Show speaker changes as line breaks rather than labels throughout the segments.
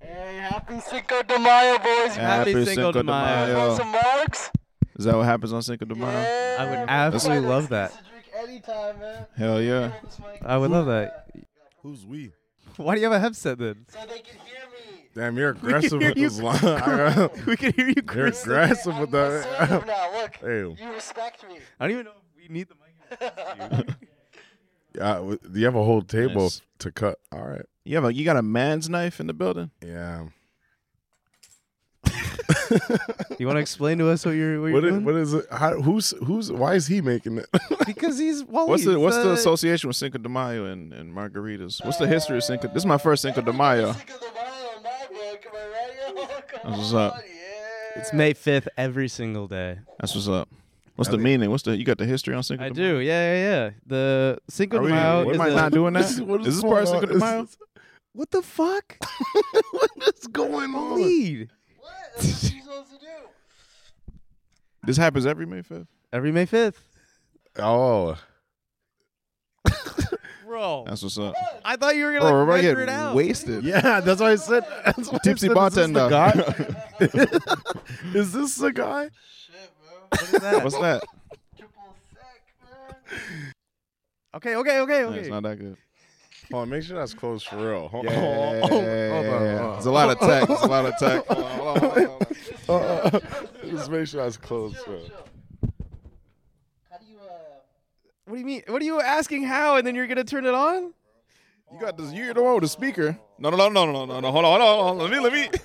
Hey, happy Cinco de Mayo, boys. You
Happy
Happy
Cinco
Cinco
de
de
Mayo.
Mayo.
want some marks?
Is that what happens on Cinco de Mayo?
Yeah.
Uh, I would absolutely love that.
It's a drink anytime, man.
Hell yeah.
This mic
I would love that.
Who's we?
Why do you have a headset then?
So they can hear me.
Damn, you're aggressive
hear
with
you
this line. I
We can hear you,
got- you're
Chris.
aggressive with
I'm assertive
that.
now. Look,
Damn.
you respect me.
I don't even know if we need the mic.
Yeah, w- you have a whole table
Nice.
to cut. All right.
You have a you got a man's knife in the building?
Yeah.
You want to explain to us what you're, what you're
What is,
doing?
what is it? How, who's who's? Why is he making it?
because he's Wally.
What's the what's the
He's, uh,
association with Cinco de Mayo and, and margaritas? What's the history of Cinco? This is my first Cinco de Mayo.
Cinco de Mayo, my book. Am I right? Yo, Come
That's what's
on,
up.
Yeah.
It's May 5th every single day.
That's what's up. What's the meaning? What's the you got the history on Cinco?
I
de
do. Yeah, yeah, yeah. The Cinco
Are
de
we-
Mayo
what
is
Am I
a-
not doing that?
This is- what is
is this
going
part of
on?
Cinco de
Is
Mayo?
this-
What the fuck?
what is going on?
Lead.
What? That's what you're supposed to do.
This happens every May fifth.
Every May 5th.
Oh,
Bro.
That's what's up.
I thought you were going
Bro,
Oh,
to
we're about
like,
to
measure it
get
out.
wasted.
yeah, that's why I said. That's why
Tipsy
I said,
bartender.
Is this the guy? is this the guy?
Shit, bro.
What's that?
Triple sec, man.
Okay, okay, okay,
Yeah,
okay.
it's not that good.
Hold on, make sure that's close for real. Hold-
Yeah. It's a lot of tech. It's a lot of tech. Hold on, hold on, hold on, hold on.
hold on. Just make sure that's close. For real.
How do you, uh,
What do you mean? What are you asking how and then you're going to turn it on?
You got this. You're the one with the speaker. No, no, no, no, no, no, no. Hold on, hold on, hold on. Let me, let me,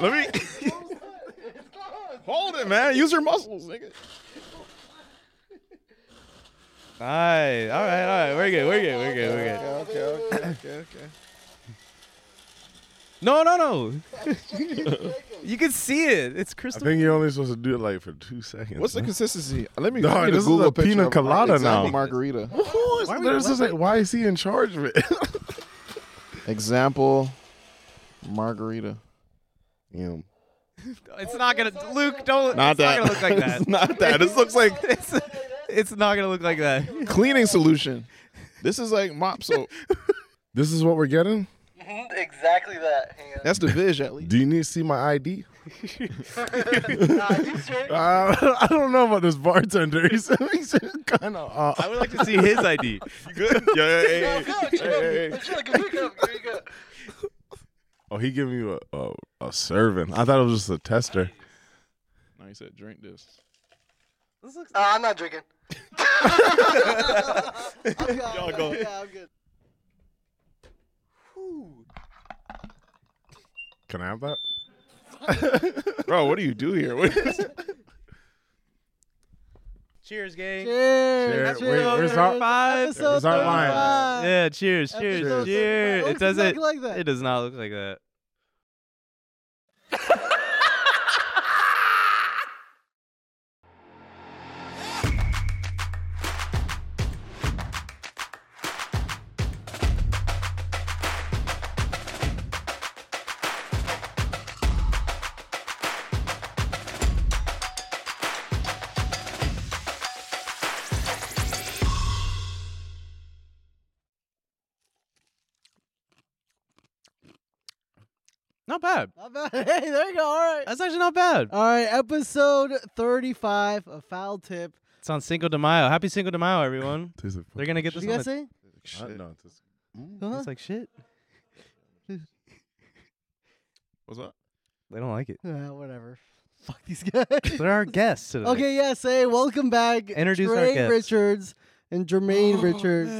let me.
it's close.
Hold it, man. Use your muscles, nigga.
Nice. All right, all right. We're good. We're good. We're good. We're good.
Okay, okay, okay, okay.
No, no, no. you can see it. It's
I
crystal.
think you're only supposed to do it like for two seconds.
What's the
huh?
consistency? Let me.
No,
let me get
this is
Google
a
picture
pina
of
colada
example
now.
Margarita.
Why, there's this, like, why is he in charge of it?
Example margarita.
yeah.
It's not gonna, Luke. Don't.
Not
it's
that.
Not gonna look like that.
it's not that. This looks like
it's, it's not gonna look like that.
cleaning solution. This is like mop soap.
This is what we're getting?
Mhm, Exactly that. Hang on.
That's the vision, at least.
Do you need to see my ID?
Nah, you straight.
Uh, I don't know about this bartender. He's, uh, he's kind of off.
I would like to see his ID.
Good. Yeah, yeah,
No, go, chill. Chill, go, go, go, go.
Oh, he giving you a, a, a serving. I thought it was just a tester.
No, he said drink this.
Uh, I'm not drinking. I'm good, I'm good. Yeah, I'm good.
Can I have that?
Bro, what do you do here? What is
Cheers, gang.
Cheers. Wait, where's our,
Five.
where's our line?
Yeah. Cheers. Cheers.
Cheers.
Cheers. It doesn't.
like that.
It does not look like that. Not bad.
Not bad. Hey, there you go. All right.
That's actually not bad.
All right. Episode 35 of Foul Tip.
It's on Cinco de Mayo. Happy Cinco de Mayo, everyone. They're gonna get this.
Did you
on
guys
the-
say?
I,
Shit.
no, it's just-
Huh?
It's like shit.
What's up?
They don't like it.
Uh, whatever. Fuck these guys.
They're our guests today.
Okay, yeah, say welcome back.
Introduce our
Trey
guests. Oh,
Richards and Jermaine Richards.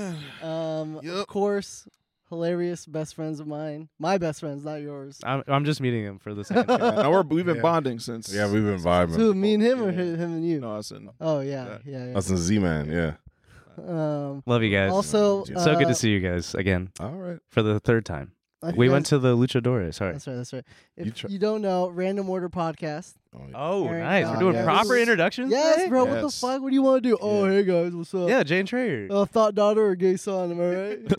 Um, Of
Yup.
course, hilarious best friends of mine. My best friends, not yours.
I'm, I'm just meeting him for the second time.
Yeah, no, we're, we've been
Yeah.
bonding since.
Yeah, we've been vibing.
Who, me and him or
Yeah.
hi- him and you?
No, I said.
Oh, yeah,
That-
yeah, yeah.
That's a Z Man, yeah.
Um,
Love you guys.
also,
It's
so good
uh,
to see you guys again
All right.
for the third time.
I think
We
that's-
went to the Luchadores. Sorry.
uh, That's right. That's right. If
You try-
you, don't know, Random Order Podcast.
Oh,
Aaron
nice. We're
Rodgers.
doing
Yeah,
proper
this is-
introductions.
Yes,
today?
bro. What the
Yes.
fuck? What do you want to do? Oh, hey guys, what's up?
Yeah, Jane Trayer.
Uh, thought daughter or gay son? Am I right?
Is that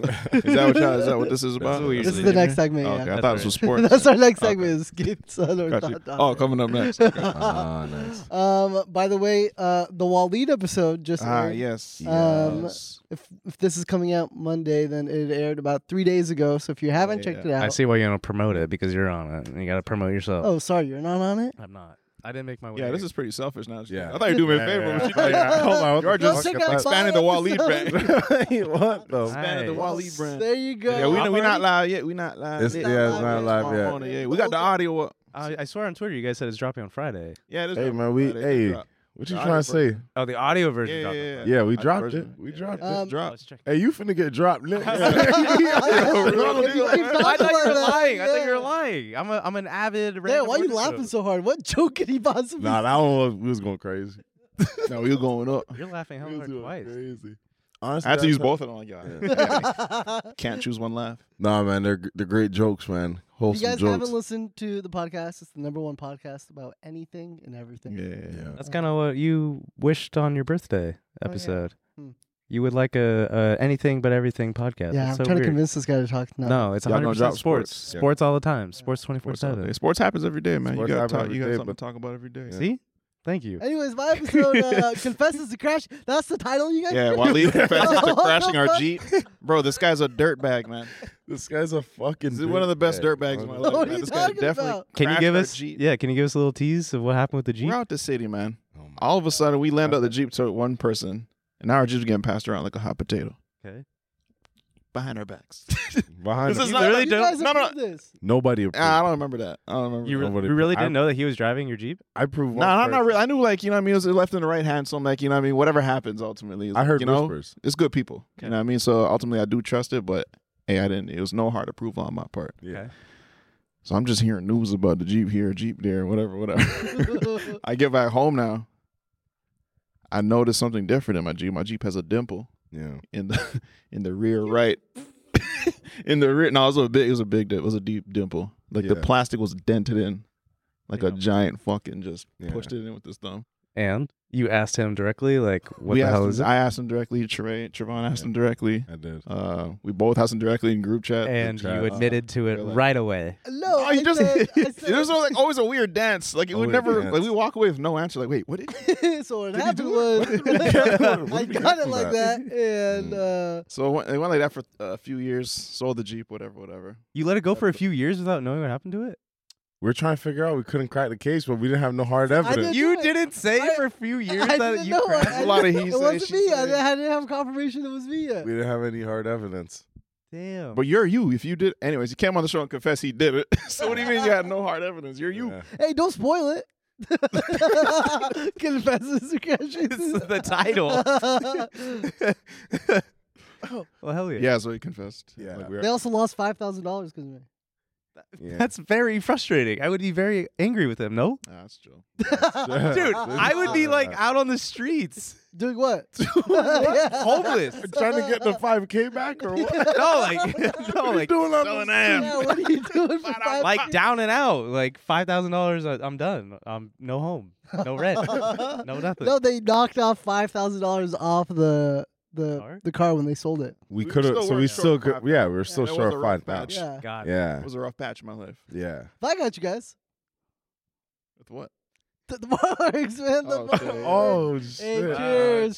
what y'all, is that what this is about?
what we
this is
usually
the
do.
next segment.
Okay,
Yeah.
I thought this was sports.
that's our next
Okay.
segment. Is gay son or
Got you.
thought daughter?
Oh, Uh-huh. coming up next. Okay.
Ah, nice.
Um, by the way, uh, the Waleed episode just
Ah,
aired.
yes.
Um,
yes.
If if this is coming out Monday, then it aired about three days ago. So if you haven't checked it out,
I see why you don't promote it because you're on it. And you got to promote yourself.
Oh, sorry, you're not on it.
I'm not. I didn't make my way.
Yeah, this
here.
is pretty selfish now.
Yeah.
I thought you do me a
Yeah,
favor.
yeah,
but
yeah.
you like,
Yeah.
hold on, what
Go
the
just
fuck
check
is
out
that? expanding the
Bob's
Waleed
episode.
brand.
what the?
expanded the
Nice.
Waleed brand.
There you go.
Yeah, we,
Up
we not
already?
live yet. We not live.
It's-
yet.
yeah, it's not live
on-
yet.
on it, yeah. We got the audio up.
I, I swear on Twitter, you guys said it's dropping on Friday.
Yeah, this
Hey
drop-
man, we
Friday, this
hey,
drop.
what you
The
trying to
audio
say?
Oh, the audio version.
Yeah, yeah, yeah.
dropped on Friday.
Yeah, we
Audio
dropped it.
version.
We
Yeah.
dropped
This
it.
Um,
drop.
Oh, Let's check.
Hey, you finna get dropped, Nick.
keep talking
I thought you were
about that,
lying. I thought you
yeah.
were lying. I'm a I'm an avid.
Damn,
random
why are you
order
laughing
show.
so hard? What joke could he possibly?
Nah, that one was, we was going crazy.
no, we going up.
You're laughing hell
We was
hard
going
twice.
Crazy. Honestly,
I had to
I
use
can't-
both of them. Like, yeah. Can't choose one laugh.
Nah, man, they're they're great jokes, man.
If you
Wholesome
guys
jokes.
haven't listened to the podcast, it's the number one podcast about anything and everything.
yeah.
That's kind of what you wished on your birthday
Oh, yeah.
episode.
Hmm.
You would like a, a anything but everything podcast.
Yeah,
It's so
I'm trying
weird.
to convince this guy to talk. No,
No, it's
Y'all gonna
100
drop
percent sports.
sports. Yeah.
Sports all the time. Sports 24 seven.
Sports happens every day, man.
Sports
you got
happen
talk,
every
you got
day,
something to
but-
talk about every day.
See, thank you.
Anyways, my episode uh, confesses to crash. That's the title, you guys.
Yeah, Waleed confesses to crashing our Jeep. Bro, this guy's a dirtbag, man.
This guy's a fucking.
This is one of the best
dirt
dirtbags in my life.
What are
man.
you
This guy
talking
definitely
about?
Can you
crashed
give
our
us?
Jeep.
Yeah, can you give us a little tease of what happened with the Jeep?
We're out the city, man.
Oh
All of a sudden, we land out the Jeep to one person, and now our Jeep's getting passed around like a hot potato
Okay.
behind our backs.
Behind
This
him.
is
You
not-
literally
You
don't.
guys
No, no.
approved this.
nobody. Approved.
Ah, I don't remember that. I don't remember.
You
that.
re-
Nobody-
you really
I-
didn't know that he was driving your Jeep?
I proved.
Nah,
one
I'm not
person.
really. I knew, like, you know what I mean? It was the left and the right hand, so I'm like, you know what I mean? Whatever happens ultimately. is
I
like,
heard
you know,
whispers.
It's good people. You know what I mean? So ultimately, I do trust it, but hey, I didn't. It was no hard approval on my part.
Yeah.
So I'm just hearing news about the Jeep here, Jeep there, whatever, whatever. I get back home now. I noticed something different in my Jeep. My Jeep has a dimple
Yeah.
in the in the rear right. in the rear, no, it was a big. It was a big. dim- It was a deep dimple. Like the
Yeah.
plastic was dented in, like a giant fucking just
Yeah.
pushed it in with his thumb.
And you asked him directly, like, what
We
the
asked
hell
him-
is it?
I asked him directly. Trey, Trevon asked him directly.
I did.
Uh, we both asked him directly in group chat.
and
chat.
you admitted to it
You're like-
right away.
No,
Oh,
I
he just
said, I
there's
said-
like always a weird dance. Like it would
Always
never
dance.
like we walk away with no answer. Like wait, what did?
so what
Did he
happened
do
was
it? What did he do?
I
What did he
got
do
it like
about
that,
it?
Hmm.
and uh,
So it went, it went like that for a few years. Sold the jeep, whatever, whatever.
You let it go for a few years without knowing what happened to it?
We were trying to figure out. We couldn't crack the case, but we didn't have no hard evidence.
did-
You
do it.
didn't say
I-
for a few years
I
that
didn't
you
know.
crashed?
I,
A lot of he
it
said,
wasn't
she
me. I
said.
didn't, I didn't have confirmation it was me yet.
We didn't have any hard evidence.
Damn.
But you're you. If you did, anyways, he came on the show and confessed he did it. so what do you mean you had no hard evidence? You're you.
Yeah.
Hey, don't spoil it. Confesses to crashes.
the title. well, hell yeah.
Yeah. so he confessed.
Yeah.
Like, we
they
were,
also lost five thousand dollars because of me.
Yeah.
That's very frustrating. I would be very angry with him, no?
Nah, that's true.
Dude, I would be like out on the streets,
Doing what?
homeless.
trying to get the five k back or what?
No, like, no, like,
doing on
Selling
the
ass.
Yeah, what are you doing for five?
like down and out, like five thousand dollars. I'm done. I'm no home, no rent, no nothing.
no, they knocked off five thousand dollars off the the
Car?
the car when they sold it.
We
We
could have.
still
So
were
we
short
still
five
could. Yeah, we were still
That was a
short
rough
five
batch.
pounds.
Yeah,
God,
Yeah.
It was a rough patch in my life.
Yeah.
But I got you guys.
With what?
The, the marks, man. The
Oh,
marks.
shit.
Oh
Hey,
shit.
cheers,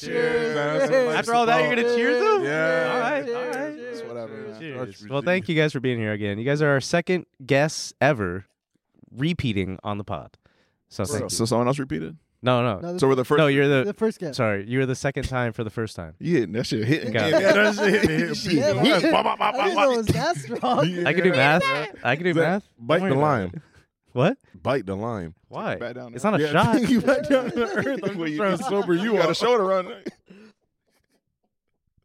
cheers,
cheers,
man.
cheers.
After all that, you're
gonna cheers them?
Yeah.
All right,
cheers,
all right.
cheers,
It's whatever,
cheers.
man.
Cheers. Well, thank you guys for being here again. You guys are our second guests ever repeating on the pod. So thank you.
So someone else repeated.
no, no, no,
No,
So
the,
we're the first.
You're
the
the
first guy.
sorry. You're the second time for the first time.
yeah, that shit hitting.
Got
Yeah,
Yeah, that shit hit me. Hit
Shit,
me.
man.
Bop, bop, bop, bop,
I didn't
bop.
know it was that strong.
Yeah.
I can do math. I can do math. Don't
Bite
worry
the
about
lime.
it. What?
Bite the lime.
Why?
back down
It's
there.
not a
Yeah,
shot.
bring you back down to earth. I'm
Well,
just
you-
trying to sober
You
you
got a
up.
shoulder on.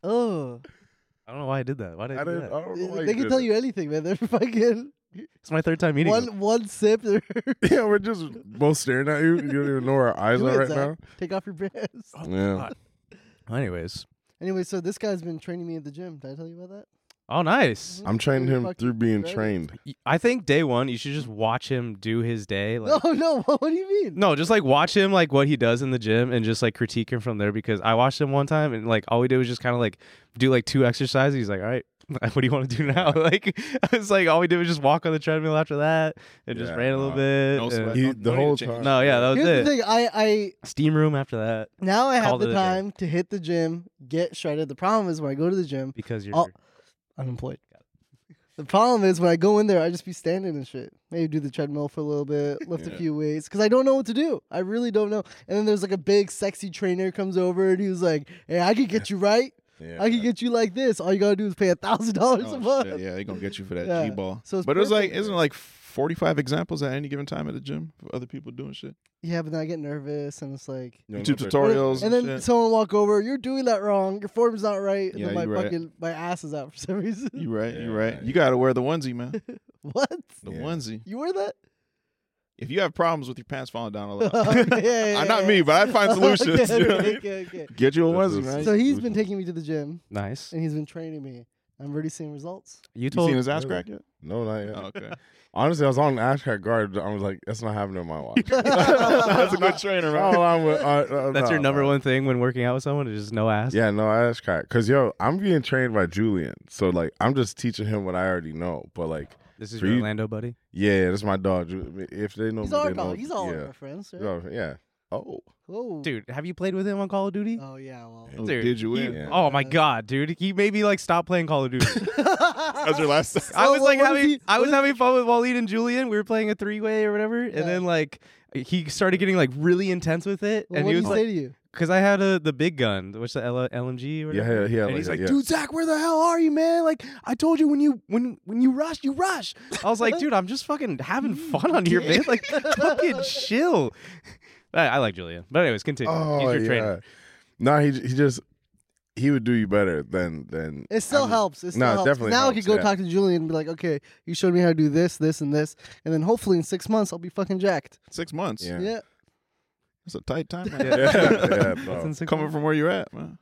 Oh,
I don't know why I did that. Why did I,
I
do
didn't.
that?
I don't know why
they can
did
tell
that.
you anything, man. They're fucking
It's my third time meeting.
one
him.
one sip. They're
Yeah, we're just both staring at you. You don't even know where our eyes
Do
are
it,
right
Zach.
now.
Take off your pants.
Yeah.
Anyways,
Anyway, so this guy's been training me at the gym. Did I tell you about that?
Oh, nice.
I'm training him
Fucking
through being
great.
trained.
Y- I think day one, you should just watch him do his day. Like,
no, no. What do you mean?
No, just like watch him like what he does in the gym and just like critique him from there because I watched him one time and like all we did was just kind of like do like two exercises. He's like, all right, what do you want to do now? Like it's like all we did was just walk on the treadmill after that and just
Yeah,
ran a little
no,
bit.
no
and-
sweat.
He,
don't-
the
don't
whole
even change.
time.
uh, no, yeah, that was
Oh, Here's
it.
the thing. I, I
Steam room after that
now I have
Called it
the
a day.
time to hit the gym, get shredded. The problem is when I go to the gym,
because you're
Oh. unemployed. The problem is when I go in there, I just be standing and shit. Maybe do the treadmill for a little bit, lift a
Yeah.
few weights, because I don't know what to do. I really don't know. And then there's like a big sexy trainer comes over and he was like, "Hey, I could get you right.
Yeah.
I could get you like this. All you gotta do is pay a thousand dollars a
Oh,
month."
shit, yeah, they're gonna get you for that
Yeah.
G ball.
So it's
but it was like,
perfect.
isn't it like forty five examples at any given time at the gym of other people doing shit?
Yeah, but then I get nervous and it's like.
You know,
YouTube
they're-
tutorials
and
and,
then
shit.
someone walk over. You're doing that wrong. Your form's not right. And
Yeah,
then my
you right.
fucking my ass is out for some reason.
you right, you
Yeah,
right.
right.
You gotta wear the onesie, man.
what?
The
Yeah.
onesie.
You wear that?
If you have problems with your pants falling down a lot,
Okay, yeah,
Uh,
yeah,
not
yeah.
me, but I find solutions.
okay,
you know what I
okay,
mean?
okay, okay.
Get you a
That's
onesie,
a-
man.
So he's been taking me to the gym
nice.
and he's been training me. I'm already seeing results.
You
You seen
told
his ass
Really?
crack yet?
No, not yet.
Oh, okay.
Honestly, I was on Ashcraft guard. I was like, that's not happening in my watch.
That's a good trainer, man.
Oh, I'm with- uh, uh,
that's your
no,
number
no.
one thing when working out with someone is just no ass.
Yeah, no, ass crack. Cause yo, I'm getting trained by Julian, so like I'm just teaching him what I already know. But like,
This is
For
your
you-
Orlando buddy.
yeah, that's my dog. Ju- If they know,
He's
me, they
our
know.
dog. He's all
Oh yeah.
our friends. Right?
Oh, yeah. Oh,
Oh,
Dude, have you played with him on Call of Duty?
Oh yeah. Well.
Oh,
Dude,
did you
he-
win?
Yeah.
Oh my god, dude. He made me like stop playing Call of Duty.
That's your last. time.
I
So
was
what-
like
what if
having
he-
I
what
was having fun with Waleed and Julian. We were playing a three way or whatever,
Yeah.
and then like he started getting like really intense with it,
Well,
and
what
he
did
was
he
like,
say to you?
because I had a the big gun, which the L- LMG or
yeah,
whatever.
yeah, yeah.
and he's like,
yeah.
dude, Zach, where the hell are you, man? Like, I told you when you when when you rush, you rush. I was like, dude, I'm just fucking having fun on here, man. Like, fucking chill. I, I like Julian, but anyways, continue. He's
oh
your
yeah.
trainer.
No, he j- he just he would do you better than than.
It still
I'm-
helps. It still
No, it
helps. 'Cause
definitely
now I
helps,
could go
yeah.
talk to Julian and be like, okay, you showed me how to do this, this, and this, and then hopefully in six months I'll be fucking jacked.
Six months.
Yeah.
Yeah.
That's a tight time.
Yeah,
man.
yeah,
That's
no.
insane.
Coming from where you're at, man.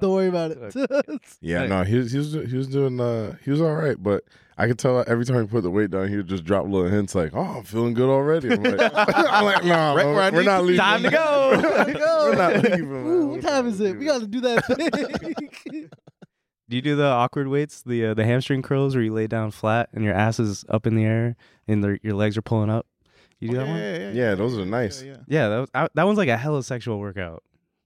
Don't worry about it.
yeah, no. He was he was he was doing uh he was all right, but I could tell every time he put the weight down, he would just drop little hints like, "Oh, I'm feeling good already." I'm like, I'm like nah,
Right
bro,
where I
we're
need
not
to-
leaving.
Time to go.
Gotta go.
We're not leaving. man.
Ooh,
We're
what time
not
is it?
leaving.
We gotta do that thing.
Do you do the awkward weights, the uh, the hamstring curls, where you lay down flat and your ass is up in the air and the, your legs are pulling up? You do that one?
yeah, yeah,
Yeah, those are nice.
yeah.
Yeah, that was, I, that one's like a hella sexual workout.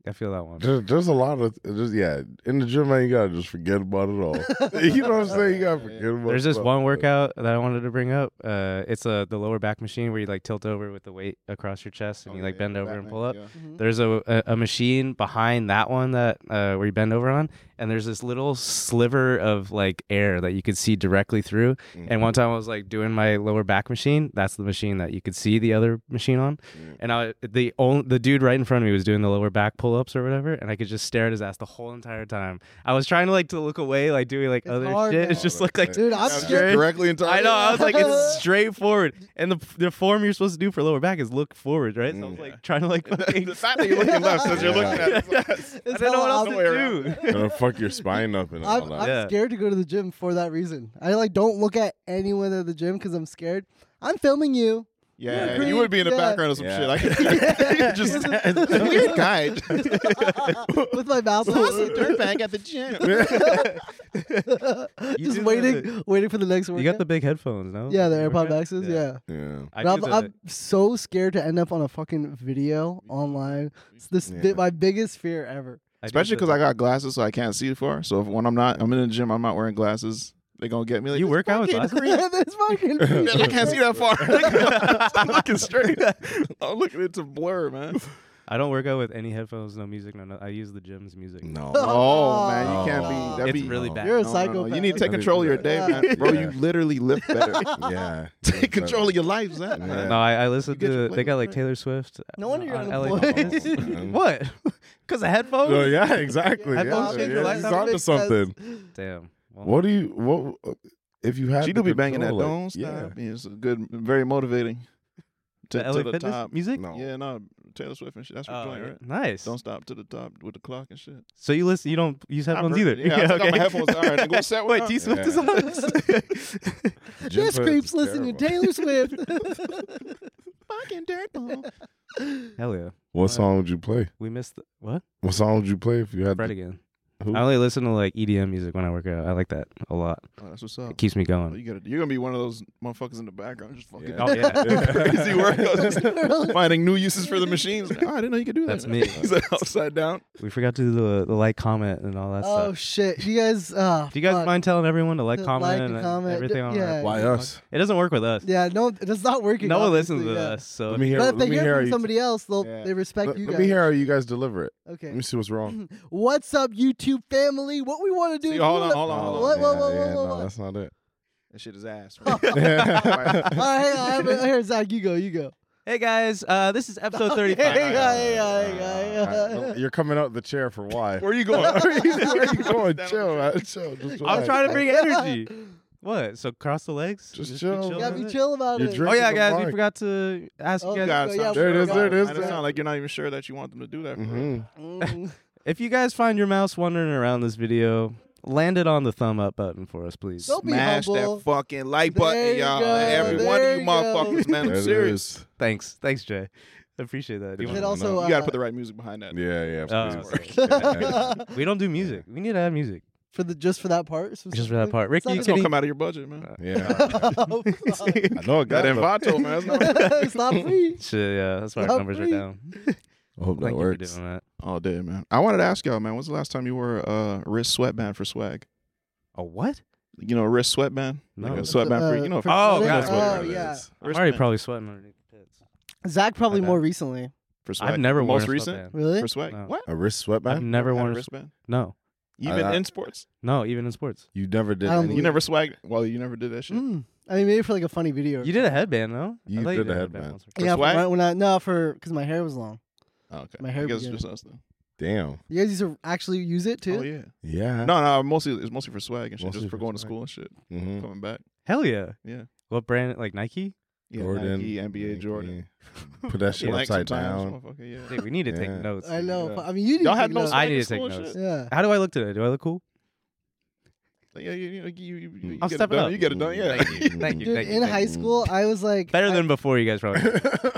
I feel that one.
There, there's a lot of just yeah in the gym, man. You gotta just forget about it all. you know what I'm saying? You gotta forget about.
There's this
about
uh,
one
it.
workout that I wanted to bring up. Uh, it's uh, the lower back machine where you like tilt over with the weight across your chest and
Oh,
you like bend over and pull up. There's a, a a machine behind that one that uh, where you bend over on, and there's this little sliver of like air that you could see directly through.
Mm-hmm.
And one time I was like doing my lower back machine. That's the machine that you could see the other machine on. And I the only the dude right in front of me was doing the lower back pull ups or whatever, and I could just stare at his ass the whole entire time. I was trying to like to look away, like doing like
It's
other
hard,
shit.
man.
It's just look like
Dude, I'm
That's
straight.
directly into.
I know. I was like, it's straightforward, and the the form you're supposed to do for lower back is look forward, right? So I was like trying to like, fucking-
Mm, the fact that you're looking left says you're
Yeah.
looking at.
I
It's
didn't know
hella
what else
opposite.
to do.
Gonna fuck your spine up and all
I'm, I'm
that.
Yeah.
scared to go to the gym for that reason. I like don't look at anyone at the gym because I'm scared. I'm filming you.
Yeah,
Yeah,
you would be in the
yeah.
background of some
Yeah.
shit. I could just weird guy.
with my mouth open,
dirtbag at the gym.
You
just
do
waiting,
the-
waiting for the next workout.
You got the big headphones, no?
yeah, the
Your
AirPod
workout?
Maxes. Yeah,
Yeah.
I
But I'm,
do the-
I'm so scared to end up on a fucking video online. It's this
Yeah.
bit, my biggest fear ever.
I do
Especially
the-
because I got glasses, so I can't see far. So if, when I'm not, I'm in the gym, I'm not wearing glasses. They gonna get me. Like,
You
"This
work out with
fucking
glasses?
creep."
This fucking fear.
I can't see that far. I'm looking straight. I'm looking. It's a blur, man.
I don't work out with any headphones, no music, no. no I use the gym's music.
No.
Oh man,
No.
you can't be. That'd
It's
be
really
no.
bad.
You're a
No, no,
psychopath.
no. You need to take
That'd be
control of your day,
bad.
man. Bro,
Yeah.
you literally lift better.
yeah.
Take control of your life, Zach. man.
Uh, No, I, I listened
get your
to. They got like
playlist, right? Oh,
Taylor Swift. uh,
No wonder you're
on LA
unemployed.
Fitness.
man.
what? Because of headphones?
No, yeah, exactly.
Headphones
Yeah,
change your
yeah,
life
he's
that
onto
makes sense.
something.
Damn. Well,
What do you what if you had
She
the
do be banging that.
control, like,
Don't stop.
Yeah.
It's good, very motivating.
the LA Fitness music?
No.
Yeah, no. Taylor Swift and shit. That's your
Oh,
joint,
yeah.
right?
Nice.
Don't stop to the top with the clock and shit.
so you listen. You don't use
I've
headphones
heard-
either.
yeah, I took out my headphones. All right, then go set one
Wait,
up.
T Swift is
Yeah.
on this.
Jim
This
Fred's
creep's listening to
terrible.
Taylor Swift.
Fucking dirtball.
Hell yeah.
What song would you play?
We missed the, what?
What song would you play if you had?
Fred
The,
again.
who?
I only listen to like EDM music when I work out. I like that a lot.
Oh, that's what's up.
It keeps me
Oh,
going.
you gotta, you're gonna be one of those motherfuckers in the background just fucking
Oh yeah.
crazy workouts, finding new uses for the machines. Like, oh, I didn't know you could do that.
That's me.
He's like upside down.
we forgot to do the, the like, comment, and all that
oh
stuff.
shit! You guys. Uh,
do you guys
fuck.
mind telling everyone to like,
To
comment,
like and
and
comment,
everything on
yeah.
our?
Why us?
It doesn't work with us.
Yeah, no, it's not working.
no one listens
obviously,
with
yeah.
us. So
Let me hear.
But if they
let me
hear,
hear
it
how
from
you-
somebody else, they'll
Yeah.
they respect
Let,
you
let
guys.
me hear how you guys deliver it. Let
Okay.
me see what's wrong.
What's up, YouTube family? What we want to do?
See,
is we
hold on,
wanna-
hold on, hold on.
What, what,
yeah,
what,
yeah,
what, what,
no,
what?
that's not it.
That shit is ass.
All right, hang on, I have a- here, Zach, you go, you go.
hey guys, uh, this is episode
Hey,
thirty
hey,
five.
hey, hey, hey, hey.
Uh, You're coming out the chair for why?
Where are you going?
Where are you going? chill, man. Chill. Just
I'm
relax.
trying to bring energy. What? So cross the legs.
Just
be
chill,
You
man.
gotta
with
be
it?
chill about
You're
it.
Oh
drinking
yeah,
the
guys, we
mic.
forgot to ask
Oh,
you guys.
God.
God,
Yeah,
sound
there it
sure
is, there it
about
is,
Kinda
there it
sound
is.
like you're not even sure that you want them to do that. For real.
Mhm.
Mm.
If you guys find your mouse wandering around this video, land it on the thumb up button for us, please.
Don't be
Smash
humble.
that fucking like
There
button,
you
y'all.
go,
Every one
there
of you
you go.
motherfuckers, man.
There
I'm
it
serious.
is.
Thanks, thanks, Jay. I appreciate that. Do you
It
And
wanna-
also,
You gotta
uh,
put the right music behind that.
Yeah, yeah.
Oh,
please.
sorry.
Yeah.
we don't do music. We need to add music
for the just for that part.
just for that part. Ricky,
not
you
It's gonna
can
come out of your budget, man.
yeah.
specifically-
I know it got
That
it. I
Envato, man. That's not-
it's not free.
Shit, yeah, that's why our
Not
numbers are
free.
down.
hope that
Thank you
works.
for doing that.
All day, Oh, man. I wanted to ask y'all, man, when's the last time you wore a wrist sweatband for swag?
A what?
You know, a wrist sweatband?
No.
Like a sweatband for, you know,
Uh, for
Oh,
sweating?
that's what
oh,
it
yeah.
is.
I'm already
wristband
probably sweating underneath the pits.
Zach probably
Okay.
more recently.
for swag.
I've never worn
Most
a
recent?
sweatband.
Really?
For swag?
No.
What?
A wrist
I've
sweatband?
never
Had
worn
a
a Uh,
wristband?
sweatband. No,
Even
I- I-
in sports?
no, even in sports.
You never did.
I don't
any-
believe
You never swagged? Well, you never did that shit?
Mm. I mean, maybe for like a funny video. or
You did a headband, though.
You
I thought
did a headband.
once or
something. Yeah, for
swag?
my- when I no for because my hair was long.
Oh, okay.
My hair
I guess
began.
it's just us then.
Damn.
You guys used to actually use it too.
Oh, yeah.
Yeah.
No, no, mostly it's mostly for swag and shit,
Mostly
just for
for
going to
swag.
school and shit,
Mm.
Mhm.
coming back.
Hell yeah.
Yeah.
What brand? Like Nike?
Yeah,
Jordan.
Nike, NBA Jordan.
yeah. Put that shit
Blank
upside
sometimes,
down.
motherfucker, yeah.
Dude, we need to take
Yeah.
notes.
I know.
Yeah.
but- I mean, you didn't.
Y'all had
take
no
notes.
I
swag
need
in
to take
school and
notes.
shit?
Yeah.
How do I look today? Do I look cool?
Like, yeah, you, you, you, you, you
I'm
get it
stepping
done,
up.
You get it done, yeah.
Thank you. Thank you.
Dude,
thank you,
in
thank
high
you.
school, I was like
Better
I-
than before, you guys probably.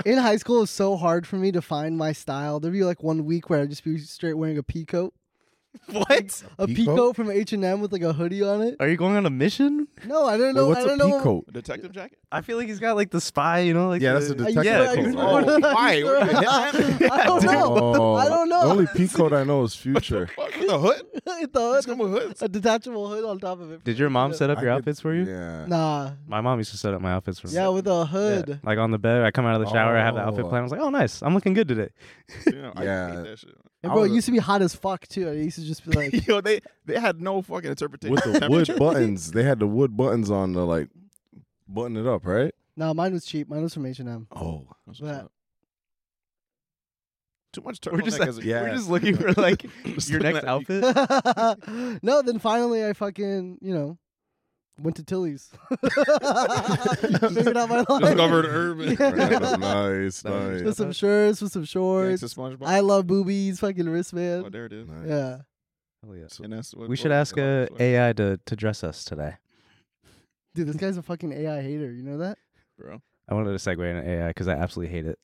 in high school. It was so hard for me to find my style. There'd be like one week where I'd just be straight wearing a pea coat,
what?
a pea
Peacoat?
coat from H and M with like a hoodie on it.
Are you going on a mission?
No, I don't
Wait,
know.
what's
I
a
don't know.
peacoat?
Detective jacket?
I feel like he's got like the spy, you know, like
Yeah, that's a
the-
detective
I
Yeah,
used to- I used to
coat.
wear
Oh,
that.
why? What the
I don't know.
Oh.
I don't know.
The only pea coat I know is Future.
Fuck, with a hood?
It's a hood,
It's going with hoods.
a detachable hood on top of it.
Did your mom set up your
I could-
outfits for you?
Yeah.
Nah.
My mom used to set up my outfits for me.
Yeah, with a hood.
Like on the bed, I come out of the shower, I have the outfit
Oh.
plan. I was like, oh, nice, I'm looking good today.
You know, I
Yeah.
hate that shit.
And
I
bro,
was
it
a-
used to be hot as fuck too. I used to just be like,
Yo, they they had no fucking interpretation.
With the wood
Temperature?
buttons. They had the wood buttons on the like button it up, right?
nah, mine was cheap. Mine was from H and M.
Oh.
That's what's
But-
up. Too much turtleneck.
We're just
as
like,
a-
we're
Yeah.
just looking for like
Just
your
looking
next
at-
outfit.
no, then finally I fucking, you know, went to Tilly's. Figured out my life.
Discovered urban.
Yeah.
nice,
That was
nice.
With some shirts, with some
Thanks
shorts.
to SpongeBob.
I love boobies, fucking
oh,
wristband.
there it is.
nice.
Yeah.
Hell yeah.
And that's what,
We should
what-
ask uh,
what-
AI to, to dress us today.
Dude, this guy's a fucking AI hater. You know that?
Bro,
I wanted to segue into AI because I absolutely hate it.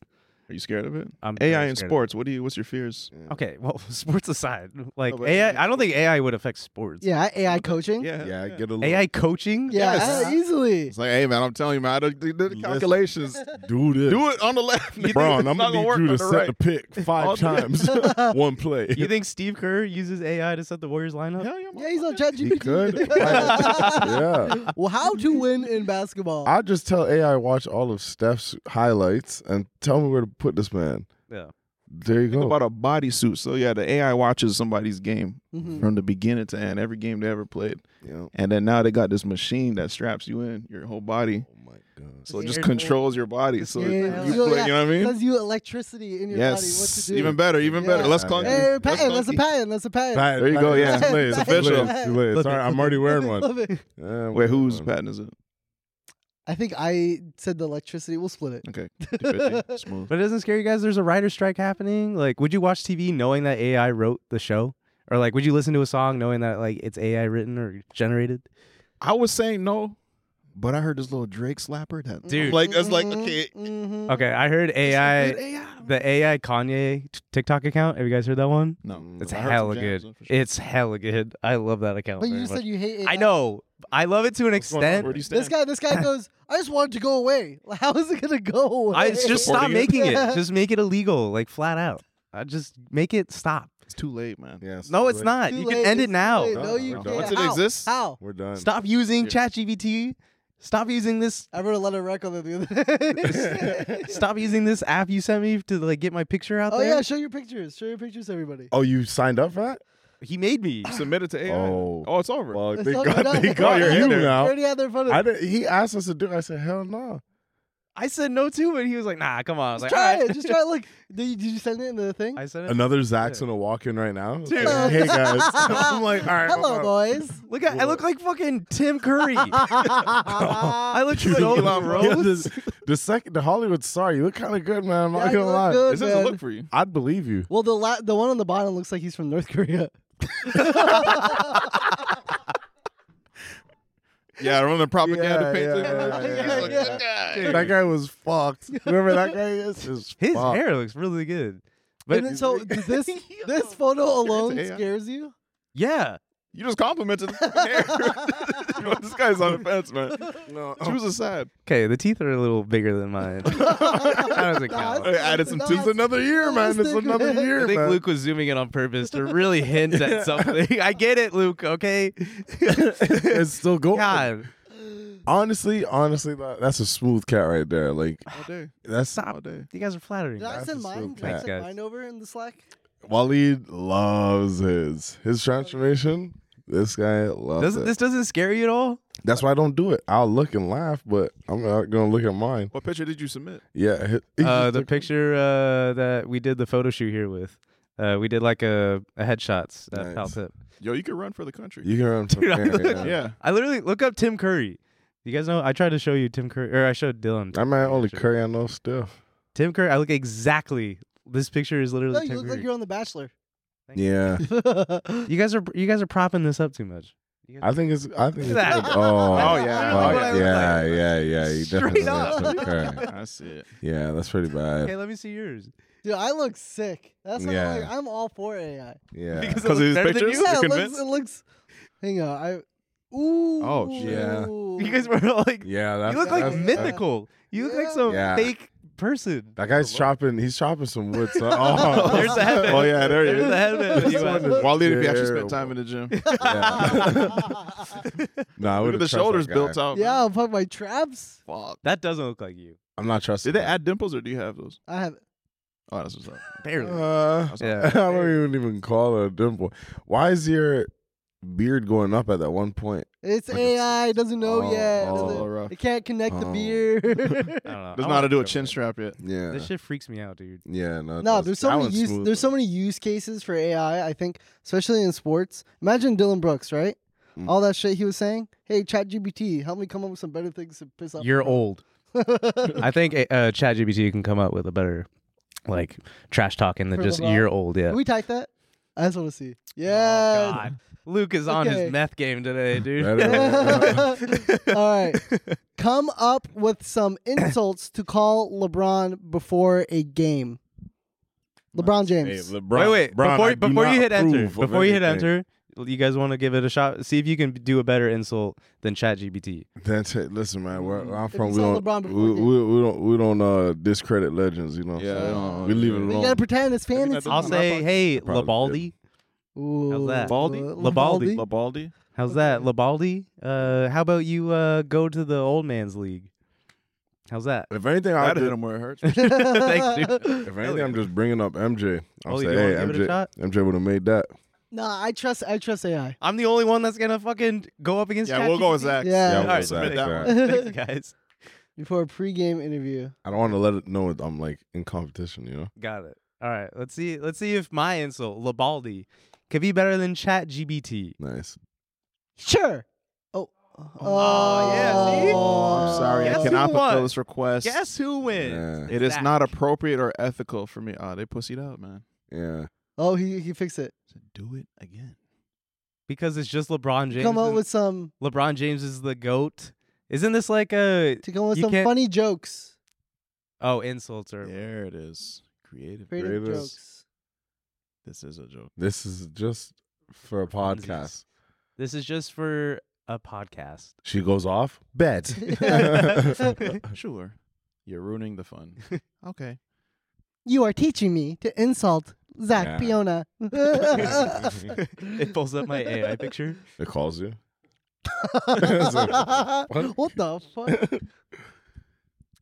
are you scared of it?
I'm
AI
very
in
scared of it.
sports. What do you? What's your fears?
Okay, well, sports aside, like
No, but-
AI, I don't think AI would affect sports.
Yeah, AI coaching.
Yeah.
Yeah, I get a little
AI coaching.
Yeah,
Yes.
easily.
It's like, hey man, I'm telling you, man, I did did the
Listen.
calculations.
do this.
Do it on the left, nigga.
Bron,
It's
I'm
not
gonna need
work on
you to
the
set
right.
the pick
All
five
the-
times, one play.
You think Steve Kerr uses AI to set the Warriors lineup?
Hell yeah,
Yeah, he's on
motherfucker.
ChatGPT.
he could? yeah.
Well, how to win in basketball?
I just tell AI watch all of Steph's highlights and tell me where to put this man.
Yeah.
There you
Think
go.
about a bodysuit. So yeah, the AI watches somebody's game
Mhm.
from the beginning to end, every game they ever played,
Yeah.
and then now they got this machine that straps you in your whole body,
Oh my god.
so it
Scared
just
boy.
controls your body. So
Yeah,
you,
yeah, yeah.
play, you know what I mean?
Tells you electricity in your body. What
Yes,
to do.
even better, even better.
Yeah.
Let's call.
Hey,
let's
patent. That's a
clunky.
patent. That's a patent.
Pat-
There you
Pat-
go, yeah.
it's late,
It's
It's too late,
official.
it's too late. It's all right, I'm already wearing one.
Love it.
Yeah, I'm
Wait,
wearing
whose
one.
patent is it?
I think I said the electricity. We'll split it.
Okay. 50-50, Smooth.
But it doesn't scare you guys. There's a writer strike happening. Like, would you watch TV knowing that AI wrote the show, or like, would you listen to a song knowing that like it's AI written or generated?
I was saying no, but I heard this little Drake slapper
Mm-hmm.
that
Dude.
Like that's like okay.
Mhm.
Okay, I heard
It's
AI,
like, dude, AI.
the AI Kanye t- TikTok account. Have you guys heard that one?
Mm-hmm.
No,
It's
but Mm, I heard some
hella
jams,
good.
for sure.
It's hella good. I love that account.
But you
very
just
much.
said you hate it.
I know. I love it to an
going on?
extent.
Where do you
This guy, this guy goes. I just wanted to go away. Like, How is it gonna go away?
I just stop
Supporting it?
making it.
Yeah.
Just make it illegal, like flat out. I just make it stop.
It's too late, man.
Yeah,
No, it's
like-
not.
Too
you
late,
can end
it's
it
too
now.
late.
No,
No, you
no.
can't.
Once it
How?
exists-
How?
We're done.
Stop using
Yeah.
ChatGPT. Stop using this.
I wrote a letter of record the other day.
Stop using this app you sent me to like get my picture out
oh
there.
yeah, show your pictures. Show your pictures, to everybody.
Oh, you signed up for that?
He made me.
Submit it to AI.
Oh.
Oh, it's over.
Well,
It's
thank
not-
God
no,
they
it's
got
not-
your
you
in
They
now.
already had their fun.
I didn't, he asked us to do. it. I said, hell no.
I said no to, but he was like, "Nah, come on." I was
Just
like,
try
"Alright."
it. Just try it. Look, did you, did you send it in the thing?
I said it.
Another Zach's gonna walk in right now.
Dude.
Like, hey guys, I'm like, all right,
Hello,
hold on.
boys.
Look at I look like fucking Tim Curry.
I
I look
You
so
look- yeah,
gross.
this- the second, the Hollywood star, you look kind of good, man. I'm
Yeah,
not
you
gonna
look
lie.
good.
It doesn't
man.
look for you.
I'd believe you.
Well, the la- the one on the bottom looks like he's from North Korea.
Yeah, I run the propaganda
Yeah,
page.
yeah,
yeah,
Look
yeah.
at that.
That guy was fucked. Whoever that guy is, is
His
fucked.
hair looks really good.
But
But
then, so this this photo alone
AI.
scares you.
yeah,
You just complimented the fucking hair. You know, this guy's on the fence, man.
No,
Choose a side.
okay. The teeth are a little bigger than mine. That doesn't
Nah,
count.
I added some
Nah,
teeth
it's another year, man. It's another
I
year,
think
man.
Luke was zooming in on purpose to really hint at something. I get it, Luke. Okay.
it's still going.
God,
Honestly, honestly, that- that's a smooth cat right there. Like
All day.
that's
stop. You guys are flattering.
Did I
That's
send
a
mine?
silk
Did I
hat.
send mine over in the Slack?
Waleed loves his his transformation. This guy loves
Doesn't
it.
this doesn't scare you at all?
That's why I don't do it. I'll look and laugh, but I'm not gonna look at mine.
What picture did you submit?
Yeah, he- he
Uh,
just
the
took-
picture uh, that we did the photo shoot here with. Uh, we did like a, a headshots at
Nice.
Pal Tip.
Yo, you could run for the country.
You can run from
Dude, I
there,
look-
yeah.
yeah.
I literally look up Tim Curry. You guys know I tried to show you Tim Curry, or I showed Dylan.
I might only
Sure.
carry on those stuff.
Tim Curry. I look exactly. This picture is literally
No, you
Tim
look
Curry.
like you're on The Bachelor.
Yeah,
you guys are you guys are propping this up too much. You guys-
I think it's. I think it's.
That-
Oh, oh
yeah.
fuck,
what I look
yeah, yeah, yeah. You
Straight
definitely
up.
look okay.
I see it.
Yeah, that's pretty
okay,
bad.
let me see yours.
Dude, I look sick. That's what
Yeah.
I'm like. I'm all for AI.
Yeah,
Because it
'Cause of
looks
his
better than
pictures?
you?
Yeah, it looks,
convinced?
it looks. Hang on, I. Ooh.
Oh,
yeah.
You guys were like,
yeah. That's,
you look like
that's-
yeah.
mythical. You look like
Yeah.
some
Yeah.
fake person.
That guy's chopping. He's chopping some wood. son. Oh,
There's the headband.
Oh yeah, there
There's
you
the
go.
headband.
This one is-
Waleed, if you actually spent
Terrible.
time in the gym,
Nah, I
look
wouldn't
at the
trust that
shoulders
guy.
built out.
yeah, I'll fuck my traps.
Fuck.
That doesn't look like you.
I'm not trusting.
Did they
that.
add dimples or do you have those?
I have.
Oh, that's what's up.
Barely.
Uh,
Yeah.
I don't even even call it a dimple. Why is your beard going up at that one point?
It's
Like it's-
AI. It doesn't know
Oh,
yet. It
oh,
doesn't-
rough.
it can't connect the
Oh.
beard.
I don't know.
Doesn't
I
know how to
wanna
do a
go
chin
with it.
strap yet.
Yeah.
This shit freaks me out, dude.
yeah. No. it
No,
does.
there's so
That
many
one's
use
smooth,
there's
though.
so many use cases for AI. I think, especially in sports. Imagine Dylan Brooks, right?
Mm.
All that shit he was saying. Hey, ChatGPT, help me come up with some better things to piss off.
You're
people."
old. I think uh, ChatGPT can come up with a better, like, trash talking than
For
just
LeBron?
you're old. Yeah.
Can we type that? I just want to see.
Oh,
Oh, Yeah.
God. Luke is on
Okay.
his meth game today, dude.
Better.
All right. Come up with some insults to call LeBron before a game. LeBron
Hey,
James.
LeBron,
wait, wait.
Bron,
before
I do
before you
not
hit enter,
approve of
before you hit
anything.
enter, you guys want to give it a shot. See if you can do a better insult than ChatGPT.
That's it. Listen, man. Where I'm
If
from,
you
we
saw
don't,
LeBron
we,
before the game.
we, we don't, we don't uh, discredit legends. You know, what I'm
Yeah,
saying?
I don't-
we leave it
We
You
alone.
gotta pretend it's
Maybe
fantasy.
that's
I'll
Mm,
say,
Labaldi?
hey,
Probably
Labaldi.
Ooh,
that?
Baldy?
uh,
Labaldi?
Labaldi?
How's that, Labaldi? Uh, how about you uh, go to the old man's league? How's that?
If anything, I
That'd
did,
hit him where it hurts.
Thanks, dude.
if anything, I'm just bringing up MJ. I'm
Oh, you wanna
saying, hey,
give it a
MJ,
shot?
MJ would have made that.
Nah, I trust. I trust AI.
I'm the only one that's gonna fucking go up against.
Yeah, we'll go with
ChatGPT.
Zach.
Yeah.
we'll
All right,
go
submit
with
that
Zach.
one. Thanks, guys.
Before a pregame interview.
I don't want to let it know that I'm like in competition. You know.
Got it. All right, let's see. Let's see if my insult, Labaldi, could be better than ChatGPT.
Nice.
Sure. Oh, Oh,
yeah, see?
I'm sorry,
Guess
I
who
cannot
won?
fulfill this request.
Guess who wins?
Yeah.
It is
Zach.
not appropriate or ethical for me. Oh, they pussied out, man.
Yeah.
Oh, he he fixed it.
I said, do it again.
because it's just LeBron James.
Come up
and-
with some.
LeBron James is the goat. Isn't this like a
To come up with
You
some
can't-
funny jokes.
oh insults or
There it is. Creative.
Creative
Greatest.
jokes.
This is a joke.
This is just for a podcast.
this is just for a podcast?
She goes off. Bet.
Sure. You're ruining the fun. okay.
You are teaching me to insult Zach Piona.
It pulls up my AI picture.
It calls you.
what?
What?
the fuck?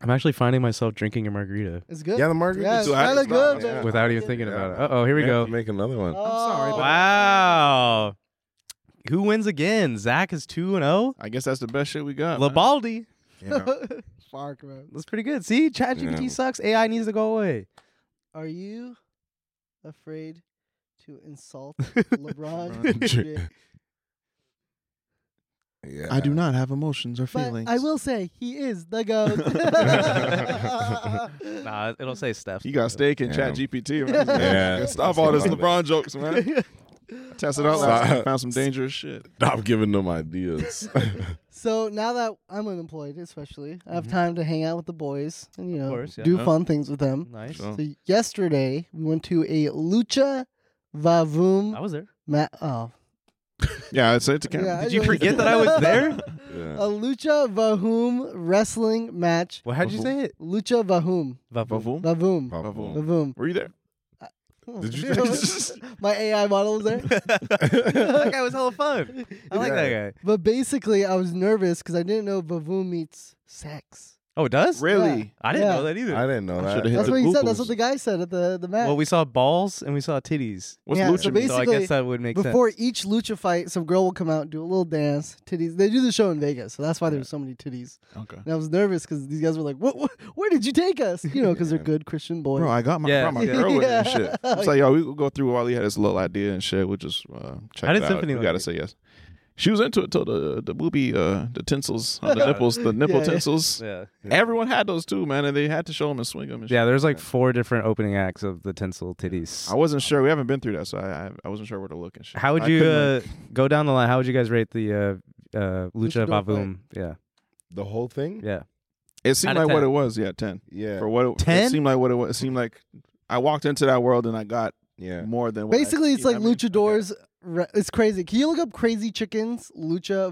I'm actually finding myself drinking a margarita
It's good.
Yeah, the margarita.
Yeah, it's
I-
kinda
it's not-
good.
yeah.
man.
without even thinking about it. Uh oh, here we
Yeah,
go.
Make another one.
sorry, but-
Oh.
Wow. Who wins again? Zach is 2 and 0.
I guess that's the best shit we got.
Uh-huh.
man.
Labaldi.
Yeah.
Fuck, man.
That's pretty good. See, ChatGPT
Yeah.
sucks. AI needs to go away.
Are you afraid to insult LeBron?
LeBron
James?
yeah.
I do not have emotions or
but
feelings.
I will say he is the goat.
Nah, it'll say Steph.
You got steak in Chat
Damn.
GPT, man.
Yeah.
Stop all this
Stop that.
LeBron jokes, man. Test it out last
Stop.
night. Found some dangerous shit.
Stop giving them ideas.
So now that I'm unemployed, especially, I have time to hang out with the boys and you know
course, yeah. Mm-hmm.
do
Yeah.
fun things with them.
Nice.
So-
So yesterday we went to a lucha vavoom.
I was there.
ma- oh,
Yeah, it's it's a camera.
Yeah, I
Did you
know.
forget that I was there?
Yeah.
a lucha vavoom wrestling match.
Well, how'd you say it?
Lucha vavoom,
Vavoom?
vavoom,
Probably.
vavoom.
Were you there?
Did you
My AI model was there.
that guy was hella fun. I like that guy.
But basically, I was nervous because I didn't know Vavoom means sex.
Oh, it does?
Really?
I didn't
Yeah.
know that either.
I didn't know
I should've
that.
hit
That's
the
what he said. That's
Googles.
what the guy said at the the match.
Well, we saw balls and we saw titties.
What's
Yeah,
Lucha
so
mean?
So I
basically,
guess that would make
Before
sense.
each lucha fight, some girl will come out, do a little dance, titties. They do the show in Vegas, so that's why there's so many titties.
Okay.
And I was nervous because these guys were like, "What? what where did you take us?" You know, because they're
Yeah.
good Christian boys.
Bro, I got my,
Yeah.
brought my girl with me and shit.
Yeah.
It's like, yo, we could go through while he had this little idea and shit. We'll just uh, check
How
it
did
out.
Tiffany
we
like
gotta
it?
say yes. She was into it till the the booby, uh, the tinsels on the nipples, the nipple
Yeah.
tinsels.
Yeah.
Everyone had those too, man, and they had to show them and swing them. And
Yeah,
shit.
there's like four different opening acts of the tinsel titties.
I wasn't sure. We haven't been through that, so I I, I wasn't sure where to look and shit.
How would
I
you
couldn't,
uh, go down the line? How would you guys rate the uh, uh, Lucha
Luchador fight.
Vavoom? Yeah,
The whole thing?
yeah.
It
out
seemed
of
like what
10.
it was. Yeah, ten
Yeah.
for what it,
10?
it seemed like. What it was. It seemed like I walked into that world and I got
Yeah.
more than what I-
Basically, it's
you
like
know what I mean?
luchadors. Re- it's crazy. Can you look up Crazy Chickens Lucha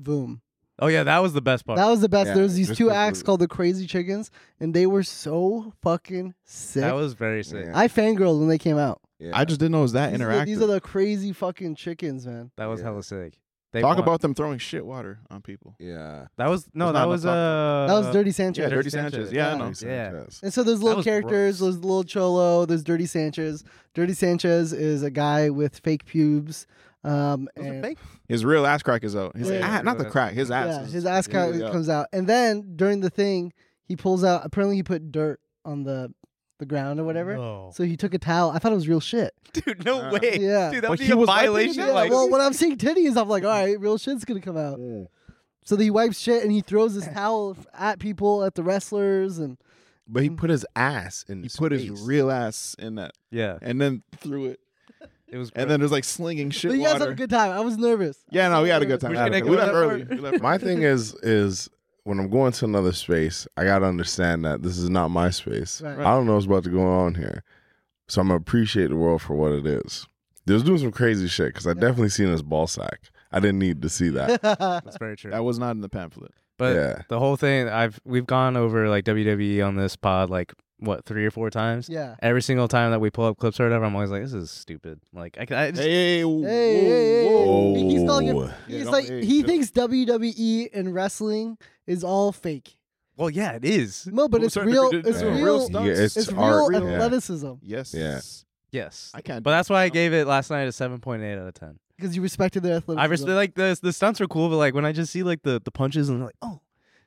Vavoom?
Oh yeah, that was the best part.
That was the best.
Yeah,
There was these
just
two
look
acts
at-
called the Crazy Chickens, and they were so fucking sick.
That was very sick.
Yeah.
I fangirled when they came out.
yeah.
Okay. I just didn't know it was that
These are, the,
interactive.
these are the crazy fucking chickens, man.
That was
Yeah.
hella sick. They
Talk
won.
about them throwing shit water on people.
Yeah.
that was no,
There's
that
not
was
enough
uh,
That was Dirty Sanchez.
Yeah, Dirty
Sanchez.
Sanchez. Yeah, I
Yeah.
know.
Makes
Yeah.
sense.
And so there's
That
little
was
characters.
gross.
There's little Cholo. There's Dirty Sanchez. Dirty Sanchez is a guy with fake pubes. Um,
Those are
and-
fake.
His real ass crack is out. His
Yeah.
ah, not the crack. His ass.
Yeah,
is-
his ass
is
cut
really out.
comes out, and then during the thing, he pulls out. Apparently, he put dirt on the the ground or whatever.
No.
So he took a towel. I thought it was real shit.
Dude, no
Uh,
way.
yeah.
Dude, that
But
would be
he
a
was wiping it
violation.
down.
Yeah,
like,
well, when I'm seeing titties, I'm like, all right, real shit's gonna come out. So he wipes shit and he throws his towel at people, at the wrestlers, and
But he put his ass in
He put his real ass in that,
yeah,
and then threw it,
it was.
and then there's like slinging shit
but you guys
water.
had a good time. I was nervous.
yeah, no, we had a good time.
We're
We, had a
just
good- we
gonna
left
go
early.
that
We left
My thing is is when I'm going to another space, I gotta understand that this is not my space.
Right.
I don't know what's about to go on here, so I'm gonna appreciate the world for what it is. They was doing some crazy shit because I definitely seen his ball sack. I didn't need to see that.
that's very true.
That was not in the pamphlet.
But
Yeah.
the whole thing, I've we've gone over like WWE on this pod like what three or four times.
Yeah.
Every single time that we pull up clips or whatever, I'm always like, "This is stupid." Like, I, can- I just,
Hey, hey, whoa,
Hey, hey, hey,
whoa.
hey. He's calling
Whoa.
it.
Yeah,
He's
don't-
like
hey,
he
chill.
thinks WWE and wrestling is all fake.
well, yeah, it is.
No, but
To a
it's
certain
real.
degree,
It's
yeah.
real.
stunts.
Yeah, it's
It's real
art, yeah.
athleticism
Yes.
Yeah.
Yes,
I can't.
But that's why I gave it last night a seven point eight out of ten.
because you respected their athleticism.
I res- like the the stunts were cool, but like when I just see like the, the punches and like oh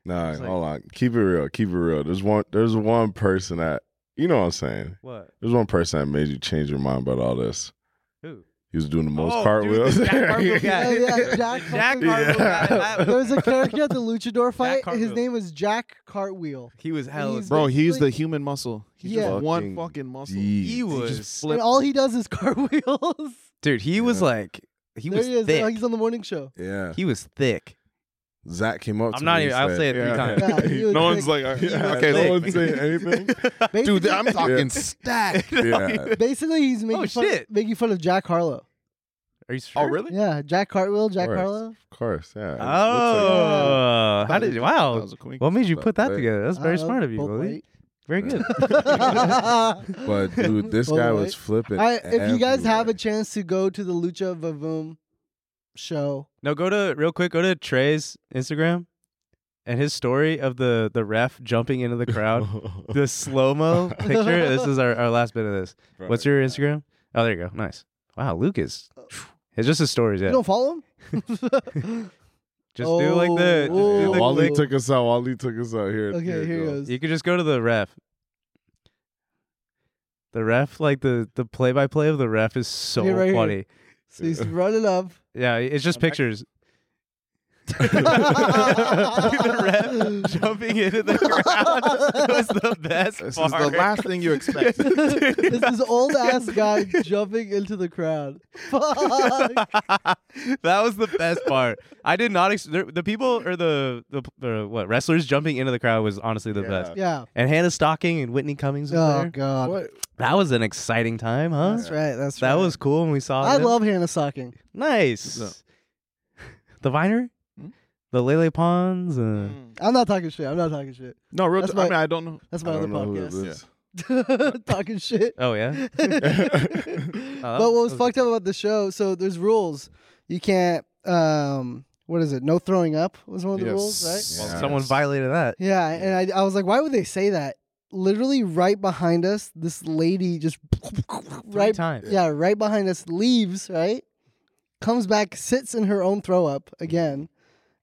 Nah,
It's like-
hold on. Keep it real. Keep it real. There's one. There's one person that you know what I'm saying.
what
There's one person that made you change your mind about all this.
who
He was doing the most
Oh,
cartwheels.
dude, the Jack Harlow guy.
Oh, yeah, Jack.
Jack
fucking-
Harlow
Yeah.
got it.
There was a character at the Luchador fight. His
Cartwheel.
name was Jack Cartwheel.
He was hella.
He's-
Bro, he's the
Basically-
human muscle. He's
Yeah.
just one
Fucking
fucking muscle.
Jeez.
He
He
was
just flipped.
And all he does is cartwheels.
dude. He was
Yeah.
like he
there
was
he is.
thick.
Now he's on the morning show.
yeah.
he was thick.
Zach came up. to
I'm not
me and
even- I'll
said-
say it three times.
Yeah, he was
no one's
thick.
like, uh,
Yeah,
okay,
no
so-
one's saying anything.
Basically,
dude, I'm talking
Yeah.
stacked.
yeah.
basically he's making
Oh,
fun
shit.
making fun of Jack Harlow.
Are you sure?
Oh, really?
Yeah, Jack Cartwheel, Jack
Alright.
Harlow.
Of course. Yeah.
Oh, how did
That
wow?
was a quick-
What made you
But
put that
they-
together? That's very
Uh,
smart of you,
both
Lily.
white.
Very good.
But dude, this
Well,
guy
wait.
was flipping.
I, if you guys have a
everywhere.
chance to go to the Lucha Vavoom show,
no, go to real quick. Go to Trey's Instagram and his story of the the ref jumping into the crowd. the slow mo picture. This is our, our last bit of this.
Bro,
What's your Instagram? Oh, there you go. Nice. Wow, Lucas. It's just his stories.
Uh, you
Yeah.
don't follow him.
Just do like the. Just
Oh,
do the
whoa.
Wally
click.
took us out. Wally took us out here.
okay, here
it goes.
he
You
goes.
could just go to the ref. The ref, like the the play by play of the ref, is so
Yeah, right here.
funny.
So he's running up.
Yeah, it's just pictures. the ref jumping into the crowd was the best
This
part.
is the last thing you expect.
this is old ass guy jumping into the crowd. Fuck.
that was the best part. I did not ex- there, the people or the, the the what wrestlers jumping into the crowd was honestly the
Yeah.
best.
Yeah.
And Hannah Stocking and Whitney Cummings was
Oh
there.
god.
What?
That was an exciting time, huh?
That's right. That's
That
right.
was cool when we saw.
I
them.
love Hannah Socking.
nice.
So-
The Viner,
Hmm?
the Lele Pons. Uh,
I'm not talking shit. I'm not talking shit.
No, real.
That's
t- I
my-
mean, I don't know.
That's
I
my other
don't know who it
podcast.
is.
talking shit.
Oh yeah.
but what was fucked up about the show? So there's rules. You can't. um What is it? No throwing up was one of the
Yes.
rules, right?
Well,
Yeah.
Someone violated that.
Yeah, and I, I was like, why would they say that? Literally right behind us, this lady just
Three
right
times.
yeah, right behind us, leaves, right? Comes back, sits in her own throw up again.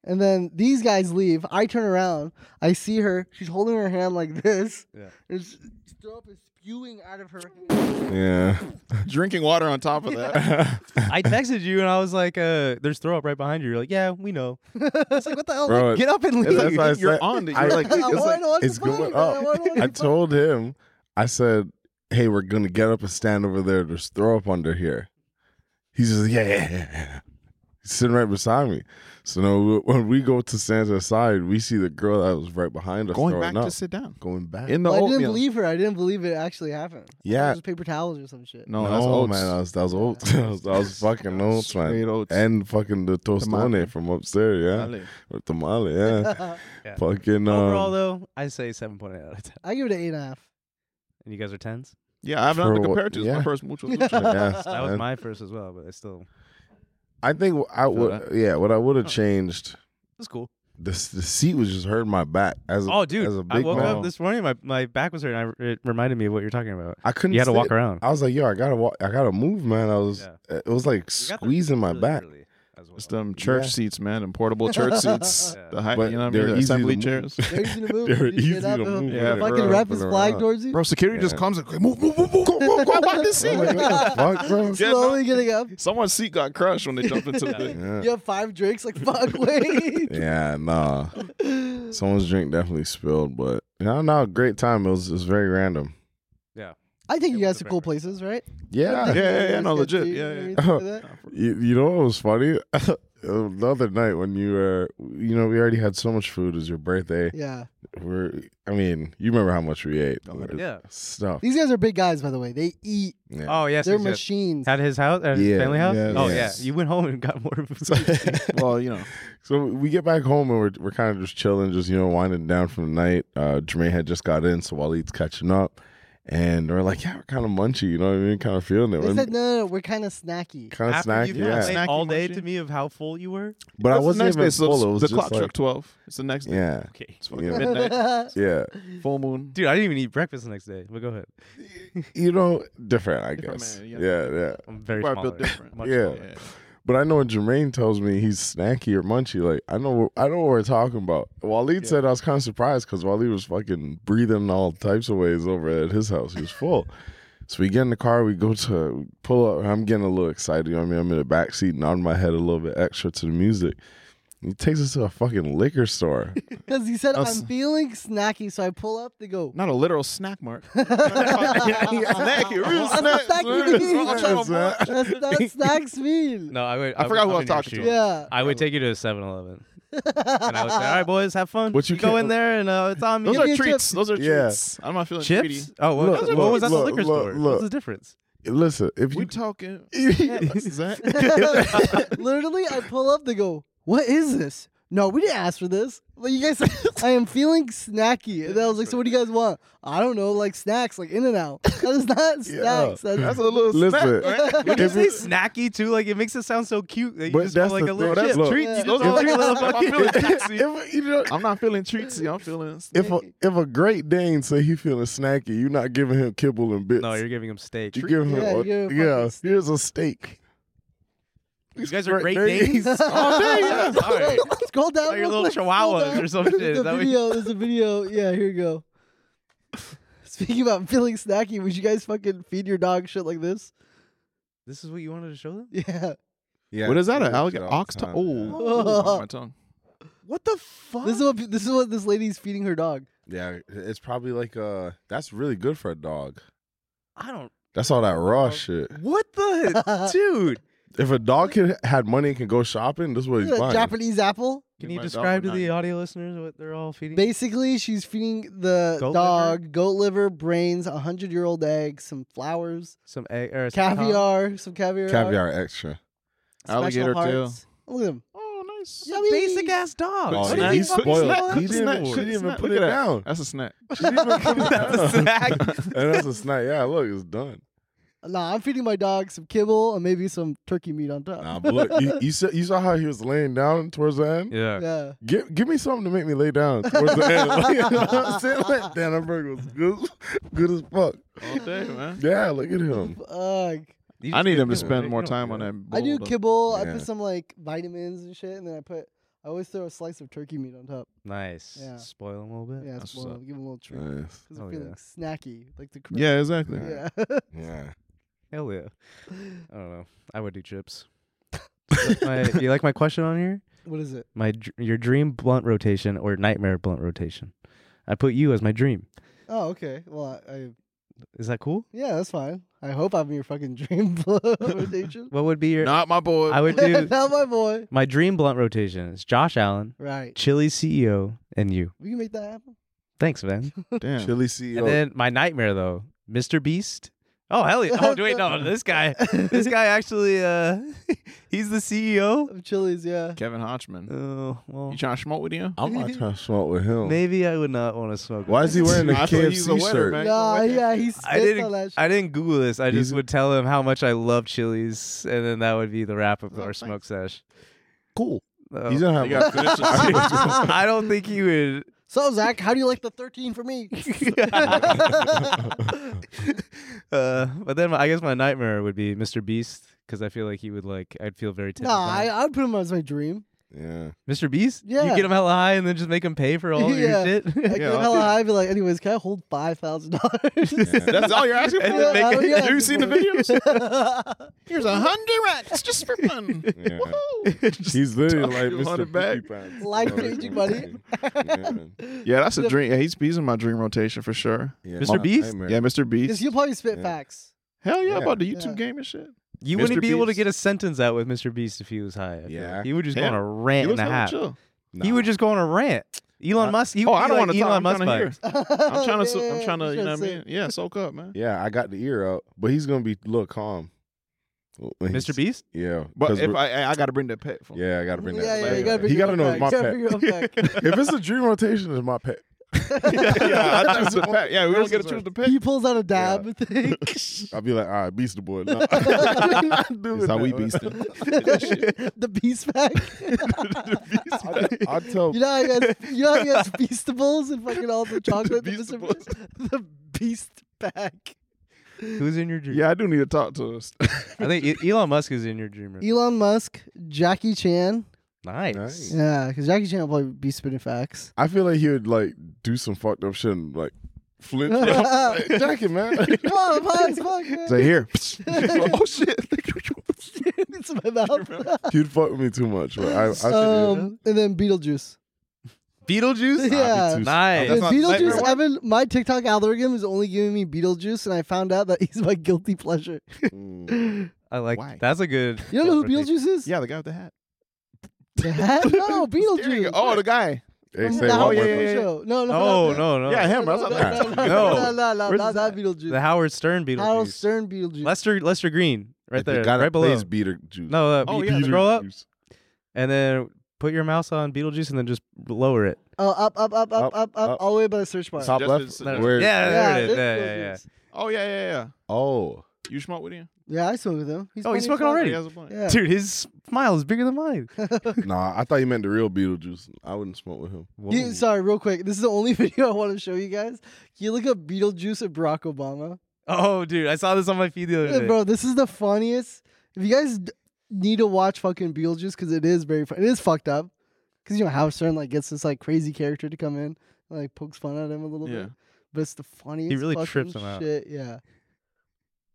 And then these guys leave. I turn around. I see her. She's holding her hand like this.
Yeah.
And she- throw up is spewing out of her hand.
Yeah.
Drinking water on top of that.
I texted you and I was like, uh, "There's throw up right behind you." You're like, "Yeah, we know."
it's like, what the hell?
Bro,
Like, get up and leave.
that's why I
You're
said-
on it. You're
I-
like,
I
it's
wanna
like,
watch the
it's
fight,
going
man. I
up.
wanna watch
I
the
told him, I said, hey, we're going to get up and stand over there. There's throw up under here. He's just, yeah, yeah, yeah, yeah. He's sitting right beside me. So now when we go to stand to the side, we see the girl that was right behind us
going
throwing
back
up.
to sit down.
going back.
In the
Well, I didn't
oatmeal.
believe her. I didn't believe it actually happened. I thought it
Yeah.
was just paper towels or some shit.
no, that's
no,
oats.
man, that was, that was oats. that, was, that was fucking oats, man.
Straight oats.
And fucking the
Tamale.
tostone from upstairs, yeah.
Dale.
Or tamale, yeah.
Yeah.
Fucking, um,
Overall, though, I say seven point eight out of ten.
I give it an eight and a half.
And you guys are tens.
Yeah, I have nothing
For
to
what-
compare it to. It's
yeah.
my first mutual
yeah,
lucha.
That was
man.
my first as well, but it's still
I think I would.
that.
Yeah, what I would have changed.
it's cool.
The the seat was just hurting my back. As a,
Oh, dude,
as a
I
big
woke
man,
up this morning. My, my back was hurting. I, it reminded me of what you're talking about.
I couldn't.
You had to
sit.
walk around.
I was like, yo, I gotta walk. I gotta move, man. I was.
Yeah.
It was like
You got there
squeezing my
really
back.
early as well.
It's them church
Yeah.
seats, man, and portable church seats.
Yeah.
The high,
But
you know what I
they're
mean? The
easy to
assembly
move.
chairs.
They're easy to move.
They're
You just get
easy
up,
to
uh,
move.
Yeah,
fucking
they're
rep
up
is
and
flying
around.
towards you.
Bro, security just
Yeah.
comes and move, move, move, move, go, go, go, walk this
I'm
seat.
like, what the fuck, bro?
Yeah.
Slowly getting up.
Someone's seat got crushed when they jumped into the thing.
Yeah.
You have five drinks, like fuck, wait.
Yeah, nah. Someone's drink definitely spilled, but no, no, great time. It was, it was very random.
I think you
Yeah,
guys
what's
are cool
the
places, right?
Yeah,
Yeah, yeah, yeah, no, legit, yeah, yeah.
You, you know what was funny? Another night when you were, you know, we already had so much food. It was your birthday.
Yeah.
We're, I mean, you remember how much we ate?
Oh,
Like,
Yeah.
stuff.
These guys are big guys, by the way. They eat.
Yeah.
Oh yes,
They're
yes, yes.
machines.
At his house, at
Yeah,
his family house.
yes,
oh
yes.
yeah, you went home and got more food.
Well, you know,
So we get back home and we're, we're kind of just chilling, just you know, winding down from the night. Uh, Jermaine had just got in, so Waleed's catching up, and we're like, yeah, we're kind of munchy, you know what I mean? Kind of feeling it.
They said, no, no, no, we're kind of snacky.
kind of snacky,
you
yeah.
snack-
complained all
Snacking
day
machine.
to me of how full you were.
but I
that's the
wasn't
next
even
day, so
full. It was
the
just
clock
like,
struck twelve. It's the next day.
yeah,
Okay,
It's fucking
Yeah.
midnight.
yeah.
Full moon.
dude, I didn't even eat breakfast the next day. But go ahead.
You know, different, I
Different
guess.
man,
yeah,
yeah.
yeah,
I'm very
Where I
smaller.
built different.
Much
Yeah.
smaller.
Yeah.
But I know when Jermaine tells me he's snacky or munchy, like I know I know what we're talking about. Waleed said I was kind of surprised because Waleed was fucking breathing all types of ways over at his house. He was full. So we get in the car, we go to pull up. I'm getting a little excited. You know what I mean? I'm in the back seat, nodding my head a little bit extra to the music. He takes us to a fucking liquor store.
Because he said,
I was-
I'm feeling snacky, so I pull up, they go,
Not a literal snack mark.
Snack, Uh-huh. That's snack meal.
What's up, boy?
"Oh, That's not snacks mean.
No, I would.
I
would-
forgot who I
would
was talking
introduce
to.
you.
Yeah.
I would take you to a 7-Eleven. and I would say, "All right, boys, have fun.
What you
go
can't-
in there and uh, it's on me."
Those
Give me
are
a
treats.
chip.
Those are
Yeah.
treats. I'm not feeling
chips.
greedy.
Oh, what,
Look,
what
look,
was at the
look,
liquor
look,
store?
look.
What's the difference?
Listen, if
We
you
talking.
Zach,
Literally, I pull up, they go, What is this? No, we didn't ask for this. Like you guys said, I am feeling snacky. And I was like, So what do you guys want? I don't know, like snacks, like in and out. That is not snacks. That's
That's a little
Listen,
snack. right?
You
if
say
you-
snacky too, like it makes it sound so cute. That you
But
just call,
that's
like
the
a little
thing.
chip.
Look,
treat.
if-
Those are
if-
treat, little
I'm
fucking-
feeling taxi.
if, you know,
I'm not feeling treatsy. I'm feeling.
if a if a Great Dane say he feeling snacky, you're not giving him kibble and bits.
No, you're giving them steak.
you give him
Yeah,
a-
you give him a
yeah.
fucking steak.
Here's a steak.
You guys are great
Danes.
Danes. All day, yeah. All right.
scroll down.
Like your
real
little
quick, scroll
chihuahuas
down.
or some shit.
There's
Is
a
that what you-
video. There's a video. Yeah, here you go. Speaking about feeling snacky, would you guys fucking feed your dog shit like this?
This is what you wanted to show them?
Yeah.
Yeah.
What is that? An
Yeah,
alligator?
all
Ox
the
tongue?
time, yeah.
Oh, my tongue.
What the fuck?
This is what this is what this lady's feeding her dog.
Yeah, it's probably like uh that's really good for a dog.
I don't.
That's all that raw shit.
What the dude?
If a dog can, had money and can go shopping, this is what
Look
he's
at that
buying.
Japanese apple.
Can
Give
you
my dog
describe to
a
the
nugget.
audio listeners what they're all feeding?
Basically, she's feeding the
Goat
dog goat liver, brains, a hundred year old egg, some flowers,
some egg or some con-
caviar, some caviar,
Caviar extra.
special
alligator tail.
hearts. Look at him.
Oh, nice.
Yeah.
Some basic ass dog.
Oh,
What
yeah,
did
he
you fucking
spoiled.
smell?
He didn't- she didn't even put it
Look at that.
down.
That's a snack.
That's a snack.
and that's a snack. Yeah, look, it's done.
Nah, I'm feeding my dog some kibble and maybe some turkey meat on top.
Nah, but look, you, you saw you saw how he was laying down towards the end.
Yeah.
yeah.
Give, give me something to make me lay down towards the end. Like, you know what I'm saying? Like, damn, that burger was good, good as fuck.
All day, man.
Yeah, look at him.
Fuck.
You
I
just
need
get
him to
kibble,
spend
right?
more
You don't
time on
do
that.
I do
bowl, though.
kibble. I
Yeah.
put some like vitamins and shit, and then I put. I always throw a slice of turkey meat on top.
Nice.
Yeah.
Spoil him a little bit.
Yeah,
That's what's
spoil
up.
them, give them a little treat.
Nice.
Because I'm
Oh,
feeling
yeah.
snacky, like the crunch.
Yeah, exactly.
yeah.
Yeah.
Hell yeah. I don't know. I would do chips. Do you like my- you like my question on here?
what is it?
My dr- your dream blunt rotation or nightmare blunt rotation? I put you as my dream.
Oh, okay. Well, I, I
Is that cool?
yeah, that's fine. I hope I'm your fucking dream blood rotation.
What would be your?
Not my boy.
I would do
Not my boy.
my dream blunt rotation is Josh Allen,
Right.
Chili CEO, and you.
We can make that happen.
Thanks, man.
Damn.
Chili E CEO.
And then my nightmare though, Mr. Beast. Oh hell yeah! Oh wait, no, this guy, this guy actually, uh, he's the CEO.
Of Chili's, yeah.
Kevin Hodgman.
Oh well,
You trying to smoke with him?
I'm not trying to smoke with him.
maybe I would not want to smoke.
Why is he wearing a
I thought he's a
KFC
winner,
shirt?
man.
Nah, yeah, he's
I
on that
didn't.
shit.
I didn't Google this. I
He's
just
a-
would tell him how much I love chilies, and then that would be the wrap of
Oh,
our
thanks.
smoke sesh.
Cool.
Oh.
He's gonna
You
have
gotta finish this.
I don't think he would.
So Zach, how do you like the 13 for me?
uh, but then my, I guess my nightmare would be Mr. Beast because I feel like he would like. I'd feel very tempted.
nah,
by
I,
him.
I would put him as my dream.
yeah.
Mr. Beast.
Yeah.
you get him hella high and then just make him pay for all your
Yeah.
shit.
I
Yeah,
go
I'll
hella
do-
high, I'd be like, anyways, can I hold five thousand dollars?
That's all you're asking for.
And then
Yeah,
make
yeah,
it.
Have you seen the videos? Here's a hundred racks just for fun.
yeah.
Woohoo.
He's literally
Talk
like
you
Mr.
on the
Fifty
back.
Pounds.
Life-changing money.
Yeah.
Yeah, that's a dream. Yeah, he's he's in my dream rotation for sure.
Yeah,
Mr. Beast?
nightmare.
Yeah, Mr.
Because
Beast.
you'll probably spit
Yeah.
facts.
Hell yeah,
Yeah.
about the YouTube
Yeah.
game and shit.
You
Mr.
wouldn't be able to
Beast.
get a sentence out with Mr. Beast if he was high. I feel like.
Yeah.
he would just
Yeah.
go on a
He
rant
was
and a
hella
half.
chill.
He would just go on a rant. Elon Musk. He,
Oh, I
he
don't
like
want to talk.
Elon
I'm
Musk
trying to
vibes.
hear. I'm trying to. su- I'm trying to. You know what I mean? Yeah, soak up, man.
Yeah, I got the ear out, but he's gonna be look calm. When he's-
Mr. Beast?
Yeah,
But
'cause
if
we're-
I, I, I got to bring the pet for.
yeah, I gotta bring that.
Yeah, yeah,
back.
you gotta bring
he
your
gotta
own
know it's
back.
my
Gotta
pet.
bring your own back.
if it's a dream rotation, it's my pet.
yeah, I choose the pet. Yeah, we don't get to choose the pet.
He pulls out a dab and thing.
I'll be like, all right, beast the boy. No, I'm not doing
That's how
that,
we
man.
beast him.
the beast pack.
I tell
you know how you guys, you know how you guys feastables and fucking all the chocolate. that Mr.
Beastables.
Beast- the beast pack.
Who's in your dream?
Yeah, I do need to talk to us.
I think E- Elon Musk is in your dream. room.
Elon Musk, Jackie Chan.
Nice.
Nice.
Yeah, because Jackie Chan will probably be spitting facts.
I feel like he would like do some fucked up shit and like Flint. Jacket, man.
Come on, hot as fuck, man.
So here.
oh shit.
it's my mouth.
You'd fuck with me too much, bro. I, I think
um, and then Beetlejuice.
Beetlejuice.
Yeah.
too-
Nice.
That's
And
not-
Beetlejuice,
Nightmare
Evan, my TikTok algorithm is only giving me Beetlejuice, and I found out that he's my guilty pleasure.
Mm.
I like.
Why?
That's a good.
You don't know who Beetlejuice is?
Yeah, the guy with the hat.
The hat? No,
There you
Beetlejuice.
go. Oh, the guy.
Hey,
From
say
the
one
Oh,
more
Howard
yeah,
thing.
Stern
yeah, yeah.
Show. No, no.
Oh
not that.
no no.
Yeah, him. I was
No,
like,
no,
nah.
no,
No.
no, no, no, no,
Where's
not
that?
that Beetlejuice.
The Howard Stern
Harold
Beetlejuice.
Stern Beetlejuice.
Lester Lester Green, right
If you
there,
gotta
right below.
Place beater juice.
No, uh,
Oh,
you
yeah,
can scroll up and then put your mouse on Beetlejuice and then just lower it.
oh, up, up, up, up,
Up,
up, up,
up.
all the way by the search bar.
Top
Just
left.
as-
No, no,
Where?
Yeah,
Yeah,
there it is.
this
Yeah, yeah, yeah.
Beetlejuice.
Oh yeah, yeah, yeah.
Oh.
You smoke with him?
Yeah, I smoked with him. He's
Oh, he's
funny as
smoking
He
fuck.
already?
has a blunt.
Yeah.
Dude, his smile is bigger than mine.
nah, I thought you meant the real Beetlejuice. I wouldn't smoke with him.
You- sorry, real quick. This is the only video I want to show you guys. Can you look up Beetlejuice and Barack Obama?
Oh, dude, I saw this on my feed the
Uh,
other day.
Bro, this is the funniest. If you guys d- need to watch fucking Beetlejuice, because it is very fun. It is fucked up. Because you know Howard Stern like gets this like crazy character to come in, and, like pokes fun at him a little
Yeah.
bit. But it's the funniest.
really
fucking
trips him out.
Shit, yeah,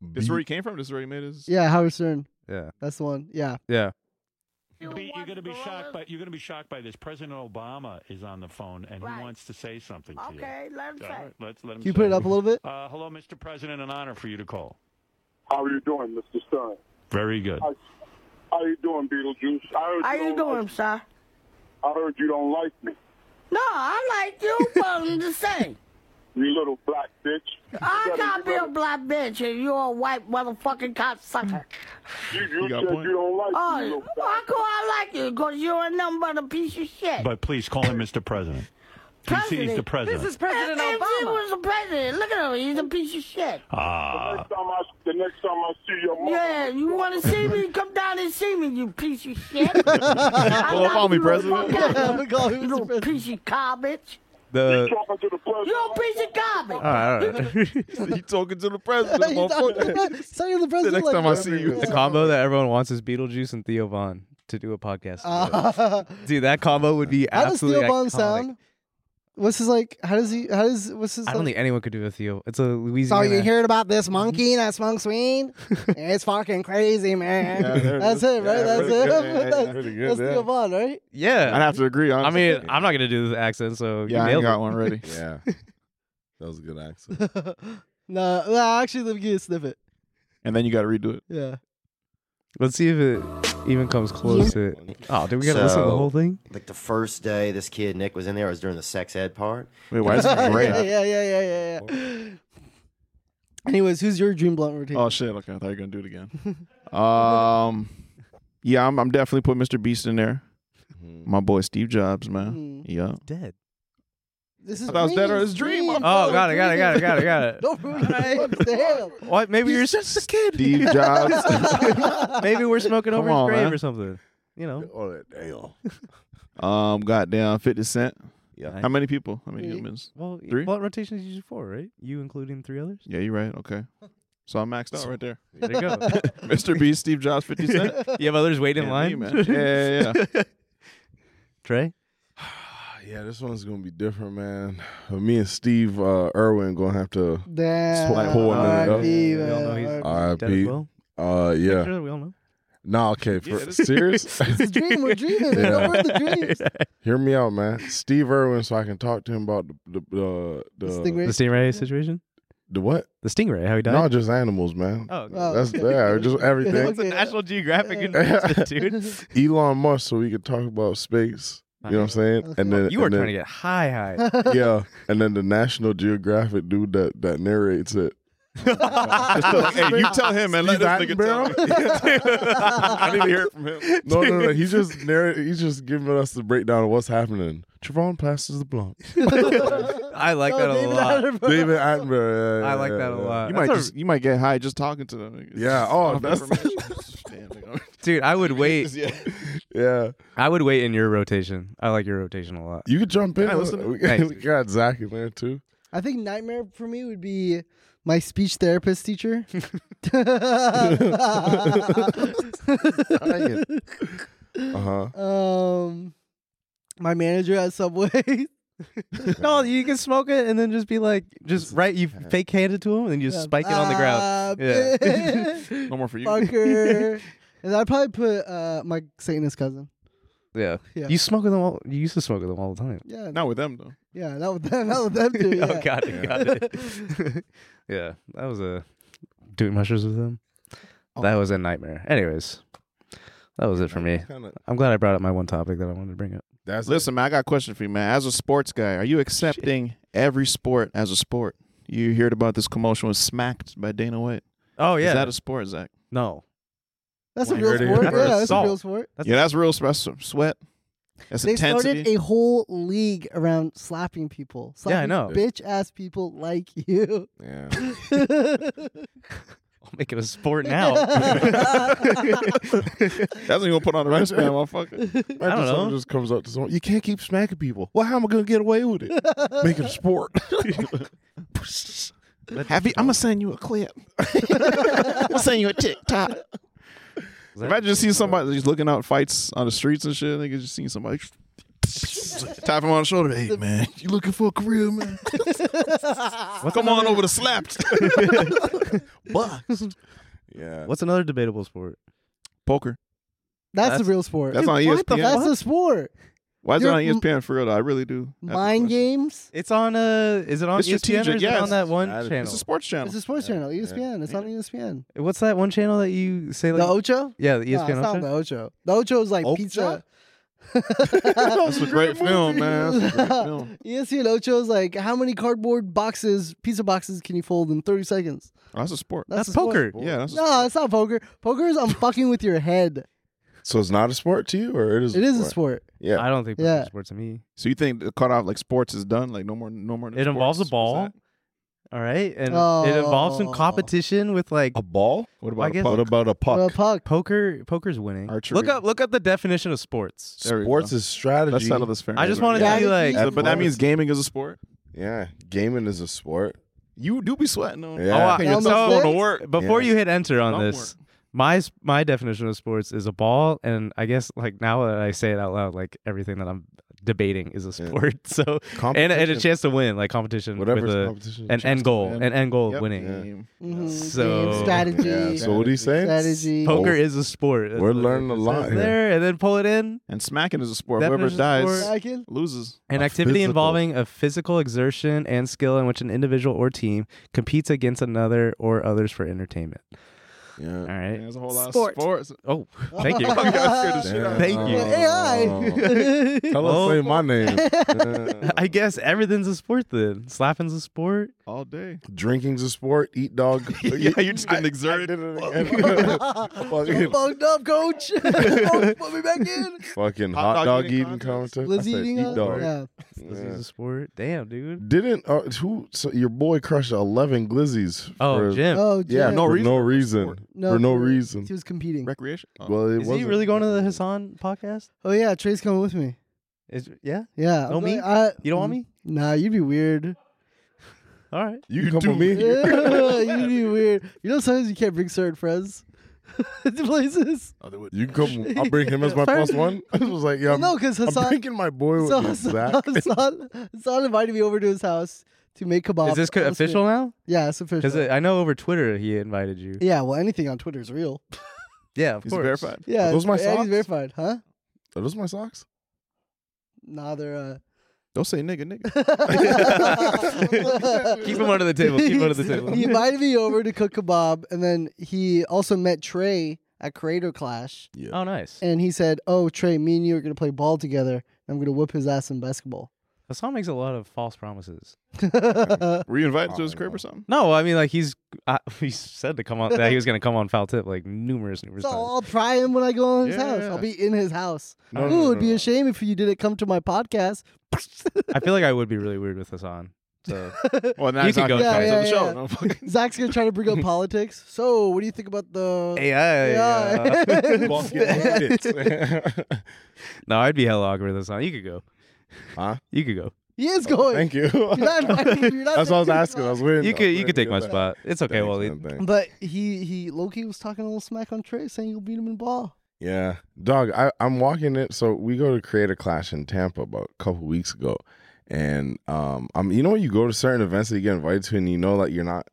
This is where he came from. This is where he made his.
yeah. Howard Stern,
Yeah,
that's the one. Yeah,
yeah.
You're, going to be shocked by you're going to be shocked by this. President Obama is on the phone and he wants to say something to you. Okay, let him say. let's let him.
can you
say
put it up a little bit?
Uh, hello, Mr. President. An honor for you to call.
How are you doing, Mr. Stern?
Very good.
I, how you doing, Beetlejuice? I heard
How you
don't-
doing, sir?
I heard you don't like me,
No, I like you, but I'm just saying.
you little black bitch.
I can't be a black bitch and you're a white motherfucking cocksucker.
You, you,
You got a
said
point.
you don't like me, you
Oh,
little
well,
black
how come I like you? Because you ain't nothing but a piece of shit.
But please call him Mr. President. He's- He's the
President.
president.
President if, Obama. he was the president, look at him, he's a piece of shit.
Ah,
next time I, the next time I see your mom,
Yeah, you want to see me? Come down and see me, you piece of shit. Pull
up on me, president.
Yeah, call him
You
Mr.
little piece of garbage.
The
talking to the president.
You're a piece of garbage.
all right, all right.
he talking to the president. motherfucker.
Sorry, the president.
next
like,
time I see you.
the combo that everyone wants is Beetlejuice and Theo Vaughn to do a podcast. together.
Uh,
dude, that combo would be
how does
absolutely
Theo Von
iconic.
sound? What's his like? How does he? How does what's his?
I don't
like-
think anyone could do a Theo. It's a
So
Louisiana.
you heard about this monkey that smokes weed? it's fucking crazy, man. That's it, right? That's it. that's
Pretty good,
that's
yeah.
Theo Von, right?
I'd
Yeah,
have to agree.
I
Honestly.
mean, I'm not gonna do this accent, so
yeah, I
you
ain't
nailed it.
got one ready.
Yeah. That was a good accent.
No, no, actually, let me get a snippet.
And then you got to redo it.
Yeah.
Let's see if it even comes close to it. Oh, did we gotta listen to the
So-
whole thing?
like the first day this kid Nick was in there, I was during the sex ed part.
Wait, why is it
yeah,
great?
yeah, yeah, yeah, yeah, yeah. Anyways, who's your dream blunt routine?
Oh shit! Okay, I thought you were gonna do it again. um, yeah, I'm, I'm definitely putting Mr. Beast in there.
Mm-hmm.
My boy Steve Jobs, man.
Mhm.
Yeah.
Dead.
this is
I thought it was Dead or It's Dream.
dream.
Oh, got it, got it, got it, got it, got it.
Don't ruin it. Damn.
What? Maybe you're just a kid.
Steve Jobs.
Maybe we're smoking
Come
over his
on,
grave
man.
or something. You know.
Oh, that- damn.
um, goddamn, Fifty Cent.
Yeah.
How many people? How many
Three.
humans?
Well,
Three?
blunt rotations you do four, right? You including three others.
Yeah, you're right. Okay. So I'm maxed out right there.
There you go.
Mr. Beast, Steve Jobs, Fifty Cent.
you have others waiting in
And
line.
me, man. Yeah, yeah, yeah.
Trey.
Ah, Yeah, this one's gonna be different, man. Me and Steve uh, Irwin gonna have to.
Damn.
Like, hold on a minute,
R.I.P.,
though. We all know
man,
he's- Dead
R.I.P..
as
R.I.P.
well.
Uh, yeah.
Sure, we all know.
Nah, okay. For,
Yeah, this-
serious?
It's a dream. We're dreaming.
Yeah.
Don't ruin the dreams.
Hear me out, man. Steve Irwin, so I can talk to him about the the the,
The
the,
stingray?
The stingray situation.
the what?
The stingray. How he died.
No, just animals, man.
oh, okay.
Oh,
That's
okay.
yeah, just everything.
Okay.
National Geographic
Yeah.
investment, dude.
Elon Musk, so we could talk about space. You know what I'm saying? And then
You were
and then,
trying to get high, high.
yeah, and then the National Geographic dude that that narrates it.
hey, you tell him, man. Let this
Steve
nigga tell.
Attenborough?
I need to hear it from him.
No, no, no. He's just narr- He's just giving us the breakdown of what's happening. Trevon passes the blunt.
I like that a lot.
David Attenborough. yeah, yeah,
I like
yeah,
that a
yeah.
lot.
You
That's
might
a-
just you might get high just talking to them.
Yeah. Oh, that's
Damn, nigga.
dude. I would wait.
yeah.
I would wait in your rotation. I like your rotation a lot.
You could jump in.
Yeah, listen.
we, got,
Thanks.
we got Zach in there too.
I think nightmare for me would be my speech therapist teacher. um,
Uh huh.
Um, my manager at Subway.
no, you can smoke it and then just be like, just right, you fake hand it to him and then you just spike it on the
Ah,
ground. Yeah.
bitch,
No more for you.
Fucker. and I'd probably put uh, my Satanist cousin.
yeah.
Yeah.
You smoke with them all. You used to smoke with them all the time.
Yeah,
Not with them though.
yeah, that with them, that with them too. Yeah.
Oh, got it, got it. yeah, that was a doing mushrooms with them.
Oh.
That was a nightmare. Anyways, that was it for me.
Kinda,
I'm glad I brought up my one topic that I wanted to bring up.
that's
Listen, man, I got a question for you, man. As a sports guy, are you accepting every sport as a sport? You heard about this commotion was smacked by Dana White.
Oh
Is that a sport, Zach?
no.
That's a
Why
real
heard it
sport. Yeah,
for
that's a real
assault.
sport.
That's-
yeah, that's real sp- that's sweat. That's
They
intensity.
started a whole league around slapping people. Slapping
Yeah, I know.
Bitch ass people like you.
yeah.
I'll make it a sport now.
that's not even put on the right man, motherfucker.
I
don't know.
Someone just comes up to someone. You can't keep smacking people. Well, how am I going to get away with it? Make it a sport.
Have you, I'm gonna send you a clip. I'm gonna send you a TikTok. If I just see somebody just looking out fights on the streets and shit, I think I just seen somebody tap him on the shoulder. Hey man, you looking for a career, man? Come on over to slapped. Boxed.
yeah.
What's another debatable sport?
Poker.
That's, a
That's-
real sport.
That's on E
What the
ESPN.
That's a sport.
Why is it
You're-
on E ESPN for real? Though? I really do. have a question.
Mind games.
It's on uh is it on
It's
ESPN or
strategic,
is
yes.
it on that one
It's a
channel?
It's a sports channel.
It's a sports channel. E ESPN. It's on ESPN.
What's that one channel that you say like
The Ocho?
Yeah, the E
No, it's
ESPN
not the
also?
Ocho. The Ocho is like
Ocho?
pizza.
That's a great film, Oh, man. That's a great film.
ESPN Ocho is like how many cardboard boxes, pizza boxes, can you fold in thirty seconds?
Oh, that's a sport.
That's
a sport.
poker.
yeah, that's a
No, it's not poker. Poker is I'm fucking with your head.
So it's not a sport to you, or it is?
It is a sport.
Yeah.
I don't think
Yeah.
poker's a sport to me.
So you think the cutoff like sports is done? Like no more, no more.
It involves a
sports? What's
ball.
that?
All right. And it involves some
Oh.
competition with like
a ball.
What
I
about a
guess-
What
puck?
about a puck?
Well, puck.
poker poker's winning.
Archery.
Look up look up the definition of sports.
There we
Sports
go.
is strategy.
Let's settle this fair.
I just
Yeah.
wanted
Yeah.
to be like
So- but that means gaming is a sport.
Yeah, gaming is a sport.
You do be sweating on.
Yeah.
Oh, I-
You're
Almost
not
there.
going to work.
before
Yeah.
you hit enter on
Don't
this my s- my definition of sports is a ball and i guess like now that i say it out loud like everything that i'm debating is a
Yeah.
sport so and, and a
Competition.
chance to win like competition
Whatever
with
is
a-
competition,
an
chance
end
to
goal
win.
an end goal
Yep.
winning
Game.
Mhm.
So-
Game strategy.
Yeah, so what do you say?
strategy.
poker
Oh.
is a sport That's
We're
what
learning a
it
lot
says
here.
there and then pull it in
And smacking is a sport.
That
Whoever
is a
dies
sport.
Second.
loses.
An
A
activity
physical-
involving a physical exertion and skill in which an individual or team competes against another or others for entertainment.
Yeah.
All right.
Yeah, There's a whole lot
Sport.
of sports.
Oh, thank you. Thank
Damn.
you.
AI.
Tell us
Oh.
say my name. Yeah.
I guess everything's a sport then. Slapping's a sport.
All day.
Drinking's a sport. Eat dog.
Yeah, you're just getting
I
exerted.
did it again. fucking,
Bugged up, coach. Put me back in.
fucking hot, dog, eating, contest.
Liz
I said
eating
eat
us?
dog.
Yeah.
This
Yeah.
is a sport. Damn, dude.
Didn't uh, who so your boy crush eleven glizzies?
Oh,
for,
Jim.
Oh,
Yeah,
Jim.
no
No
reason.
reason.
No reason. Oh. for no reason.
He was competing.
Recreation.
Well, it
is
wasn't.
he really going to the Hassan podcast?
Oh yeah, Trey's coming with me.
Is yeah?
Yeah.
No,
I'm
me?
like, I-
You don't want me?
Nah, you'd be weird.
All right.
You, can come with me.
you'd be weird. You know, sometimes you can't bring certain friends to places.
Oh, You can come. I'll bring him as my plus one. I was like, yeah, I'm,
no, because
Um, I'm
Hassan,
bringing my boy
so
with me.
Hassan,
Zach.
Hassan, Hassan invited me over to his house to make kebab.
Is this co- official now?
Yeah, it's official.
Because I know over Twitter he invited you.
yeah, well, anything on Twitter is real.
Yeah, of
He's
course.
verified.
Yeah,
Are those my
it's- and
socks?
he's verified, huh?
Are those my socks?
Nah, they're. Uh...
Don't say nigga, nigga.
Keep him under the table. Keep him under the
he
table.
invited me over to cook kebab, and then he also met Trey at Creator Clash,
Oh, nice.
and he said, "Oh, Trey, me and you are gonna play ball together. and I'm gonna whoop his ass in basketball."
Hassan makes a lot of false promises.
Were you invited to his
Oh,
crib
no.
or something?
No, I mean like he's uh, he said to come on that he was gonna come on foul tip like numerous numerous
So
times.
I'll pry him when I go in his
Yeah,
house.
yeah.
I'll be in his house.
No, no,
Ooh,
no,
it'd be
no.
a shame if you didn't come to my podcast.
I feel like I would be really weird with Hassan. So
Well, now
You
he's not
can go
gonna come
try.
to the
Yeah,
show.
yeah,
No, fucking-
Zach's gonna try to bring up politics. So, what do you think about the?
AI.
Yeah.
Boss uh, get loaded.
no, I'd be hell awkward with Hassan. You could go.
Huh?
You could go.
He is going.
Thank you.
not inviting- you're not
That's what I was
taking
asking. I was waiting.
You
I was
could you
waiting
could
to
take
get
my
that.
spot. It's okay,
Thanks,
Waleed.
man, thanks.
But he he Loki was talking a little smack on Trey, saying you'll beat him in ball.
Yeah, dog. I I'm walking it. So we go to create a clash in Tampa about a couple weeks ago, And um, I'm you know when you go to certain events that you get invited to, and you know that you're not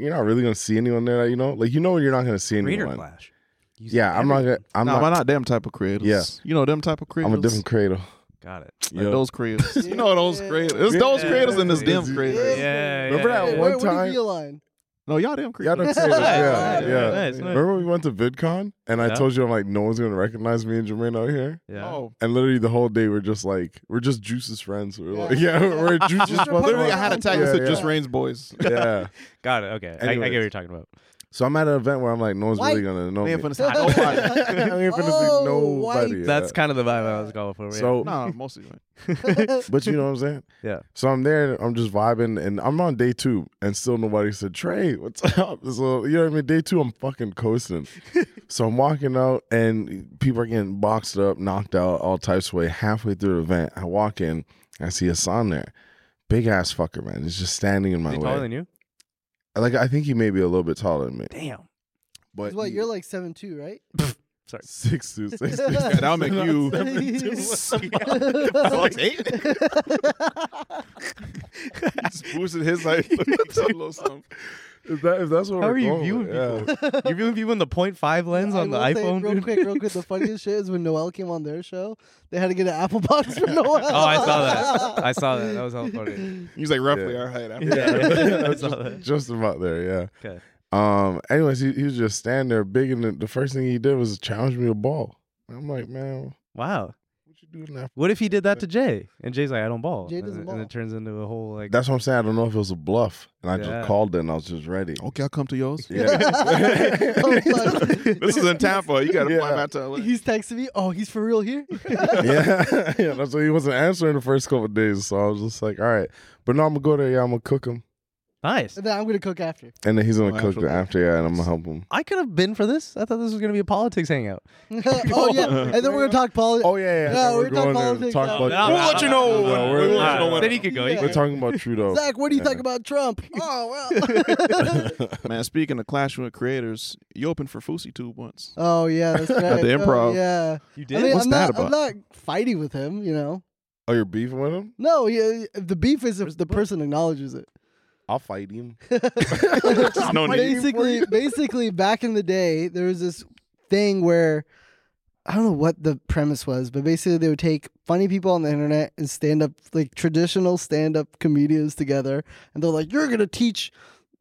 you're not really gonna see anyone there that you know, like you know you're not gonna see anyone.
Reader Clash. You see
Yeah, I'm not gonna.
everything.
I'm
nah,
not.
why not them type of creators?
Yeah.
You know them type of creators?
I'm a different creator.
Got it.
Like
Yo.
those creators. you know those creators. It's those
Yeah.
creators and it's them
Yeah.
creators.
Yeah.
Remember
yeah,
that
yeah.
one
Where, where
time-
did you align?
No, y'all them
Yeah, I
creators.
don't say that. Yeah,
Yeah,
yeah.
nice, nice.
Remember we went to VidCon and I
Yeah.
told you I'm like no one's gonna recognize me and Jermaine out here.
Yeah.
Oh,
And literally the whole day we're just like we're just Juice's friends. We're
Yeah.
like yeah, we're Juice's
Just
fucking
literally, I
friends.
had a tag that
Yeah,
said
yeah.
just Rain's boys.
Yeah.
Got it. Okay. I, I get what
Anyways.
you're talking about.
So I'm at an event where I'm like no one's really
White.
gonna know
They
me.
ain't finna sign nobody.
I'm here for
Oh,
nobody.
white.
Yeah.
That's kind of the vibe I was going for. yeah.
so.
No, mostly. right.
But you know what I'm saying?
Yeah.
So I'm there, I'm just vibing, and I'm on day two, and still nobody said, Trey, what's up? So, you know what I mean? Day two, I'm fucking coasting. so I'm walking out, and people are getting boxed up, knocked out, all types of way. Halfway through the event, I walk in, I see Hassan there. Big ass fucker, man. He's just standing in
Is
my
he
way.
taller than you?
like, I think he may be a little bit taller than me.
Damn.
But
What
he-
you're like seven two, right?
six two, six two.
Yeah, that'll make you.
Just boosted his like a little something. If, that, if that's what
How
we're
are you
going with,
viewing
yeah.
people? You're viewing people in the 0.5 lens
I
on the
will say,
iPhone,
real
dude?
quick, real quick. The funniest shit is when Noel came on their show, they had to get an apple box for Noel.
Oh, I saw that. I saw that. That was hella funny.
He's like roughly
Yeah.
our height. after that.
Yeah, I
That's
saw
just,
that.
just about there, yeah.
Okay.
Um. Anyways, he, he was just standing there, big, and the, the first thing he did was challenge me to ball. And I'm like, man,
Wow.
what you doing that?
What if he did that to Jay? And Jay's like, I don't ball.
Jay
and,
doesn't
it-
ball.
And it turns into a whole like.
That's what I'm saying. I don't know if it was a bluff, and I
Yeah.
just called it, and I was just ready.
Okay, I'll come to yours.
Yeah.
Oh, This is in Tampa. You got to fly
Yeah.
back to LA.
He's texting me. Oh, he's for real here.
yeah, yeah. That's why he wasn't answering the first couple of days. So I was just like, all right. But no, I'm gonna go there. Yeah, I'm gonna cook him,
nice.
And then I'm gonna cook after.
and then he's gonna
Oh,
cook
actually.
the after. Yeah, and I'm gonna help him.
I could have been for this. I thought this was going to be a politics hangout.
oh yeah, and then we're gonna talk politics.
Oh yeah, yeah.
Yeah,
No,
we're talking
there to
politics
talk
now.
about-
No,
We'll
no,
let you
no,
know.
no, no,
when- We'll
we're-
let you know
Alright.
when.
Then he could go. He
We're talking about Trudeau.
Zach, what do you
Yeah.
think about Trump? oh well.
Man, speaking of Clash with Creators, you opened for Fousey Tube once.
oh yeah, that's right.
the
Oh,
improv.
yeah.
You
I
did?
mean,
What's
I'm
that
not,
about?
I'm not fighting with him, you know.
Oh, you're beefing with him?
No, yeah, the beef is if the person acknowledges it.
I'll fight him.
no
basically, basically, back in the day, there was this thing where I don't know what the premise was, but basically they would take funny people on the internet and stand up like traditional stand up comedians together, and they're like, "You're gonna teach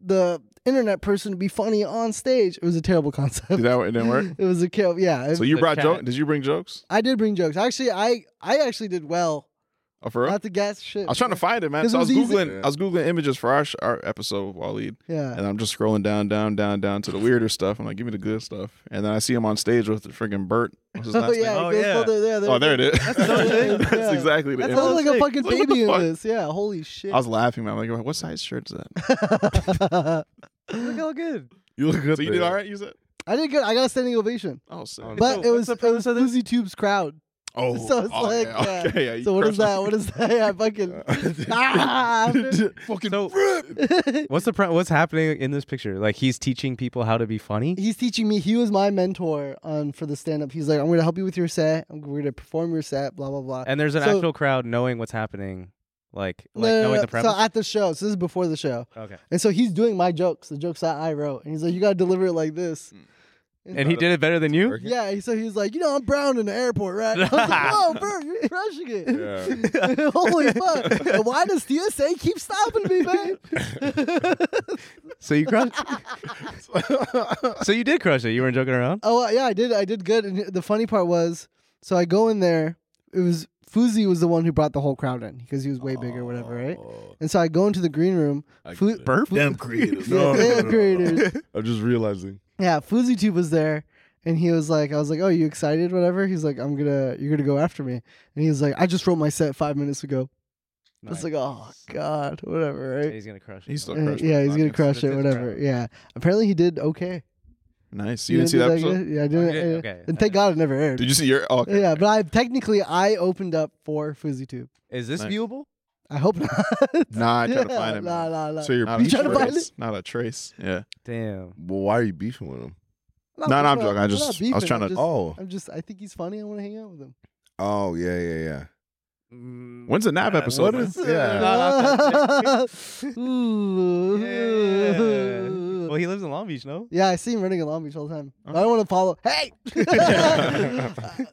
the internet person to be funny on stage." It was a terrible concept.
Did that it didn't work?
It was a terrible, yeah. it-
So you
The
brought
cat.
jokes? Did you bring jokes?
I did bring jokes. Actually, I I actually did well.
Oh, for real?
Not to guess shit.
I was trying to find it, man.
This
So I was
was easy.
googling. I was googling images for our sh- our episode of Waleed,
yeah.
and I'm just scrolling down, down, down, down to the weirder stuff. I'm like, give me the good stuff, and then I see him on stage with the friggin' Bert. What's his
Oh
last
yeah,
name?
Oh,
it goes-
yeah.
oh, there, there,
Oh, there it is.
That's what I'm saying.
That's
Yeah.
exactly the
That
image.
sounds like a
Like,
fucking
what the
baby in
fuck?
this. Yeah, holy shit.
I was laughing, man. I'm like, what size shirt is that?
Look all good.
You look good.
So you did all right. You said,
I did good. I got a standing ovation.
oh, sick.
Oh,
But
So
it
what's
was it
the
was
premise of this?
Boozy Tube's crowd.
oh,
so it's
oh,
like,
yeah,
yeah.
okay, yeah. you
So what
crushed
is that? What is that? Yeah, I fucking ah, after-
Fucking
So- What's the pro- what's happening in this picture? Like he's teaching people how to be funny.
He's teaching me. He was my mentor on for the stand up. He's like, I'm going to help you with your set. I'm going to perform your set. Blah blah blah.
And there's an
So-
actual crowd knowing what's happening, like
No,
like
no, no,
knowing
no.
the premise.
So at the show, so this is before the show,
okay.
and so he's doing my jokes, the jokes that I wrote, and he's like, you got to deliver it like this.
Mm-hmm.
And he did it better than you.
Yeah, so he was like, you know, I'm brown in the airport, right? I was like, whoa, bro, you're crushing it. Holy fuck. And Why does TSA keep stopping me, man?
So you crushed. so you did crush it. You weren't joking around.
Oh, uh, yeah, I did. I did good. And the funny part was, so I go in there. It was Fuzi was the one who brought the whole crowd in because he was way bigger or whatever, right?
Oh.
And so I go into the green room. Fu-
Burp.
Damn creative.
yeah, damn creators.
I'm just realizing.
Yeah, Fuzzy Tube was there, and he was like, I was like, "Oh, you excited? Whatever." He's like, "I'm gonna, you're gonna go after me," and he was like, "I just wrote my set five minutes ago." I was like, "Oh God, whatever, right?"
he's gonna crush it.
He's still
Uh,
crushing.
yeah,
it.
he's gonna
Nice.
crush
That's
it,
it,
whatever.
crap.
Yeah, apparently he did okay.
Nice.
He
You didn't see
did
that
that
episode?
good. Yeah, I didn't.
you did?
uh,
Okay.
And thank God it never aired.
Did you see your? Oh, okay.
yeah, but I technically I opened up for Fuzzy Tube.
Is this
Nice.
viewable?
I hope not.
Nah, I tried to
Yeah,
find it.
Nah,
man.
nah, nah.
So you're
You
beef
trying to find
trace. Not a trace. Yeah.
Damn.
Well, why are you beefing with him?
No,
Nah, nah, I'm
not-
joking. I just-
not
I was
beefing.
trying
I'm
to-
just-
Oh,
I'm just. I think he's funny. I want to hang out with him.
oh, yeah, yeah, yeah.
When's the nap episode?
What
man?
is yeah?
Yeah. Well, he lives in Long Beach, no?
Yeah, I see him running in Long Beach all the time. I don't want to follow. Hey.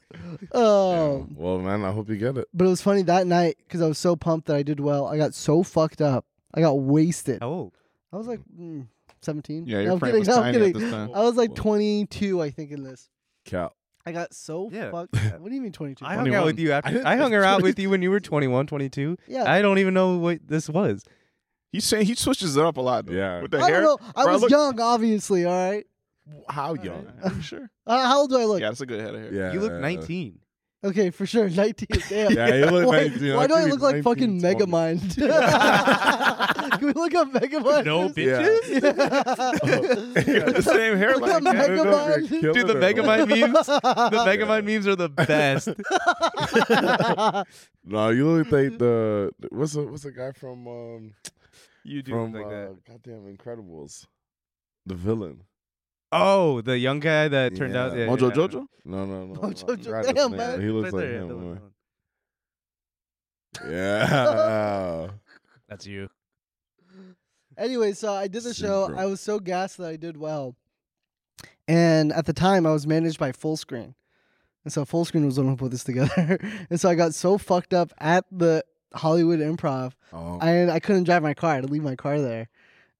um,
Well, man, I hope you get it.
but it was funny that night because I was so pumped that I did well. I got so fucked up. I got wasted.
How old?
I was like mm, 17.
Yeah,
No,
your
I'm
friend
kidding.
was
No, I'm
tiny at
kidding.
this time.
I was like 22, I think, in this.
Cal.
I got so
Yeah.
fucked. What do you mean 22?
I hung out with you after. I,
I
hung out with you when you were 21, 22.
Yeah.
I don't even know what this was.
He's saying he switches it up a lot. Though.
Yeah.
With the
I
hair.
don't know. I
Bro,
was
look-
young, obviously. All right.
How young?
Are you sure?
Uh, how old do I look?
Yeah, that's a good head of hair.
Yeah.
You look 19.
Okay, for sure. 19. Damn.
Yeah, you look
why,
19.
Why
I
do I
think
look like
it's
fucking
19, 20.
Megamind? Can we look up Megamind?
No
bitch.
bitches.
You got the same hairline.
Look at
man.
Mega Mind.
Dude, the Megamind memes. The Megamind memes are the best.
No, you look
Mm-hmm.
like the what's the what's the guy from um
You do
from
like
uh,
that.
goddamn Incredibles, the villain.
Oh, the young guy that turned out.
Yeah.
Yeah,
Mojo
yeah.
Jojo?
No, no no.
Mojo
no, I forgot his
Oh, Jojo,
name.
man.
He looks
Right
like
there, the
him.
little
man.
one.
Yeah.
That's you.
Anyway, so I did the
Sick,
show.
bro.
I was so gassed that I did well. And at the time, I was managed by Full Screen. And so Full Screen was the one who put this together. and so I got so fucked up at the Hollywood Improv,
Oh.
and I couldn't drive my car. I had to leave my car there.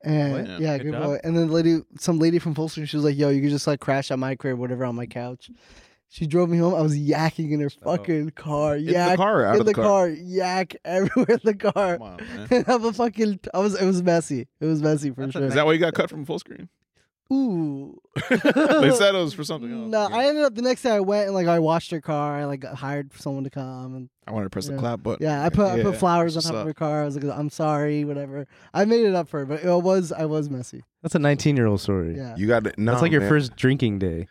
And
What?
yeah,
Good
good
job.
boy. And then the lady, some lady from Full Screen, she was like, "Yo, you could just like crash at my crib, whatever, on my couch." She drove me home. I was yakking in her
Oh.
fucking car.
In the
Yak
car, or out
in
of the car.
Yak everywhere in the car.
Come on, man.
And I'm a fucking. I was. It was messy. It was messy for
That's a
sure.
Is that why you got cut from full screen?
Ooh.
They said it was for something else.
No, I ended up the next day. I went and like I washed her car. I like got hired someone to come and
I wanted to press
Yeah.
the clap button.
yeah, I put I put
Yeah.
flowers on
What's
top of
up?
her car. I was like, I'm sorry, whatever. I made it up for her, but it was I was messy.
That's a 19 year old story.
Yeah.
You got it. No,
That's like your
man.
first drinking day.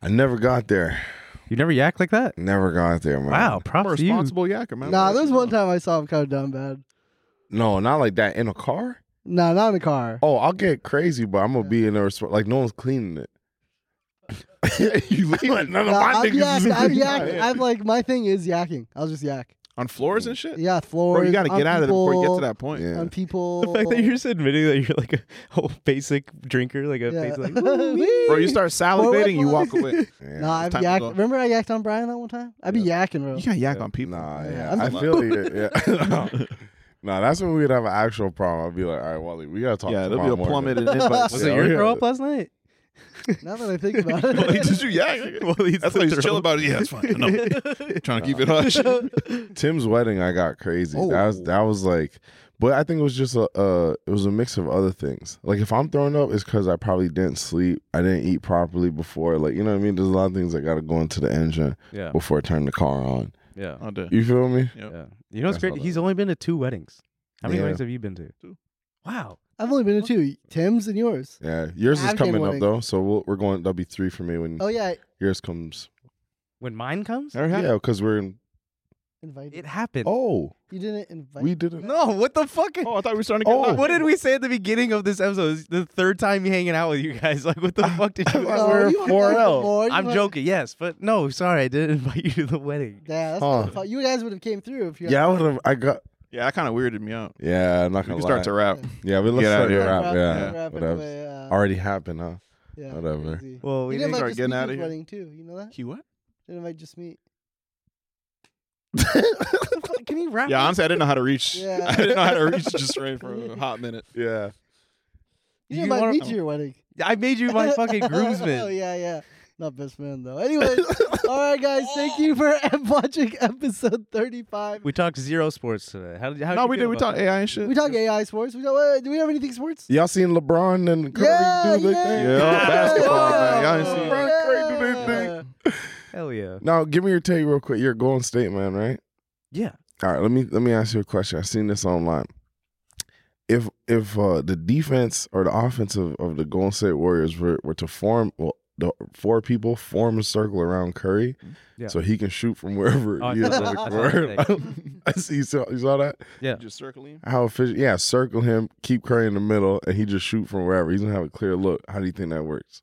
I never got there.
You never yak like that?
Never got there, man.
Wow,
I'm
props
a
to you.
responsible yakker, man.
Nah, there was one time I saw him kind of down bad.
No, not like that in a car.
Nah, not in the car.
Oh, I'll get crazy, but I'm gonna be in a resp- like no one's cleaning it. you leave like, none of
Nah,
my
I'm
niggas.
yak.
is
I'm
cleaning
yak.
it.
I'm like my thing is yakking. I'll just yak.
on floors and shit.
Yeah, floors.
Bro, you got to
on
get out of it before you get
people,
to that point.
Yeah.
On people.
The fact that
Oh.
you're just admitting that you're like a whole basic drinker, like a
Yeah.
basic, like, "Ooh, wee."
Bro, you start salivating, you walk away.
Yeah.
Nah, I've
it's time to
yacked.
go.
Remember I yacked on Brian that one time? I be yakking, bro.
You can't yak on people.
Nah,
Yeah,
yeah,
I'm
I
not-
feel you. Yeah. no. Nah, that's when we'd have an actual problem. I'd be like, all right, Wally, we gotta talk.
yeah, there'll
tomorrow
be a plummet
morning."
in invites.
Was
Yeah,
it your
yeah.
throw up last night?
Now that I think about it,
Wally, Did you yak? That's why he's chill about it. Yeah, it's fine. No, trying to keep it hush.
Tim's wedding, I got crazy.
Oh.
That was that was like, but I think it was just a uh, it was a mix of other things. Like if I'm throwing up, it's because I probably didn't sleep, I didn't eat properly before. Like you know what I mean? There's a lot of things that gotta go into the engine
Yeah,
before I turn the car on.
yeah,
Oh, dude.
You feel me?
yeah. You know what's
That's
great?
all
He's
that-
only been to two weddings. How many
Yeah.
weddings have you been to? Two. Wow.
I've only been to two, Tim's and yours.
Yeah, yours is
I've been
coming up
wanting-
though, so we'll, we're going. That'll be three for me when
Oh yeah,
yours comes.
When mine comes,
Yeah, because we're in.
invited.
it happened.
Oh,
you didn't invite.
we didn't.
No, what the fuck?
Oh, I thought we were starting to get
Oh.
loud.
What did we say at the beginning of this episode? It's the third time hanging out with you guys. Like, what the fuck did you?
Oh, we're
you
a
invited
4L.
before, you
I'm
were-
joking, yes, but no, sorry, I didn't invite you to the wedding.
Yeah, that's
Huh.
my fault. You guys would have came through if you.
Yeah, I would have. I got.
Yeah, that kind of weirded me out.
Yeah, I'm not
We
gonna
can start
lie.
to rap.
Yeah, we let's
Get
start
outta
to
here.
rap.
Wrap,
yeah,
wrap it
whatever.
away, uh,
Already happened, huh?
yeah,
whatever.
crazy.
Well,
He
we
didn't
didn't.
invite
start
just
getting
me to
outta
his
here.
wedding too. You know that?
He what?
Didn't invite just me.
Can you wrap?
Yeah, honestly, I didn't know how to reach.
Yeah.
I didn't know how to reach just right for a hot minute.
Yeah.
You
You
didn't invite
wanna-
me to your wedding.
I made you my fucking
oh
groomsman.
yeah, yeah. Not best man though. Anyway, all right, guys. Thank you for watching episode 35.
We talked zero sports today. How did? How
No, we did. We talked AI and shit.
We talk AI sports. We talk, uh, do we have anything sports?
Y'all seen LeBron and Curry
Yeah,
do the
yeah.
thing?
Yeah, oh, basketball, man. Y'all ain't
Yeah.
seen it.
LeBron Curry do their thing.
Yeah.
Hell yeah.
Now, give me your take real quick. You're a Golden State man, right?
Yeah.
All right, let me let me ask you a question. I've seen this online. If if uh, the defense or the offense of, of the Golden State Warriors were, were to form well the four people form a circle around Curry,
Yeah.
so he can shoot from wherever
Oh, I
he is
saw
on the
that. I saw that
court. I see you saw, you saw that
Just circling.
how efficient. Yeah, circle him, keep Curry in the middle, and he just shoot from wherever. He's gonna have a clear look. How do you think that works?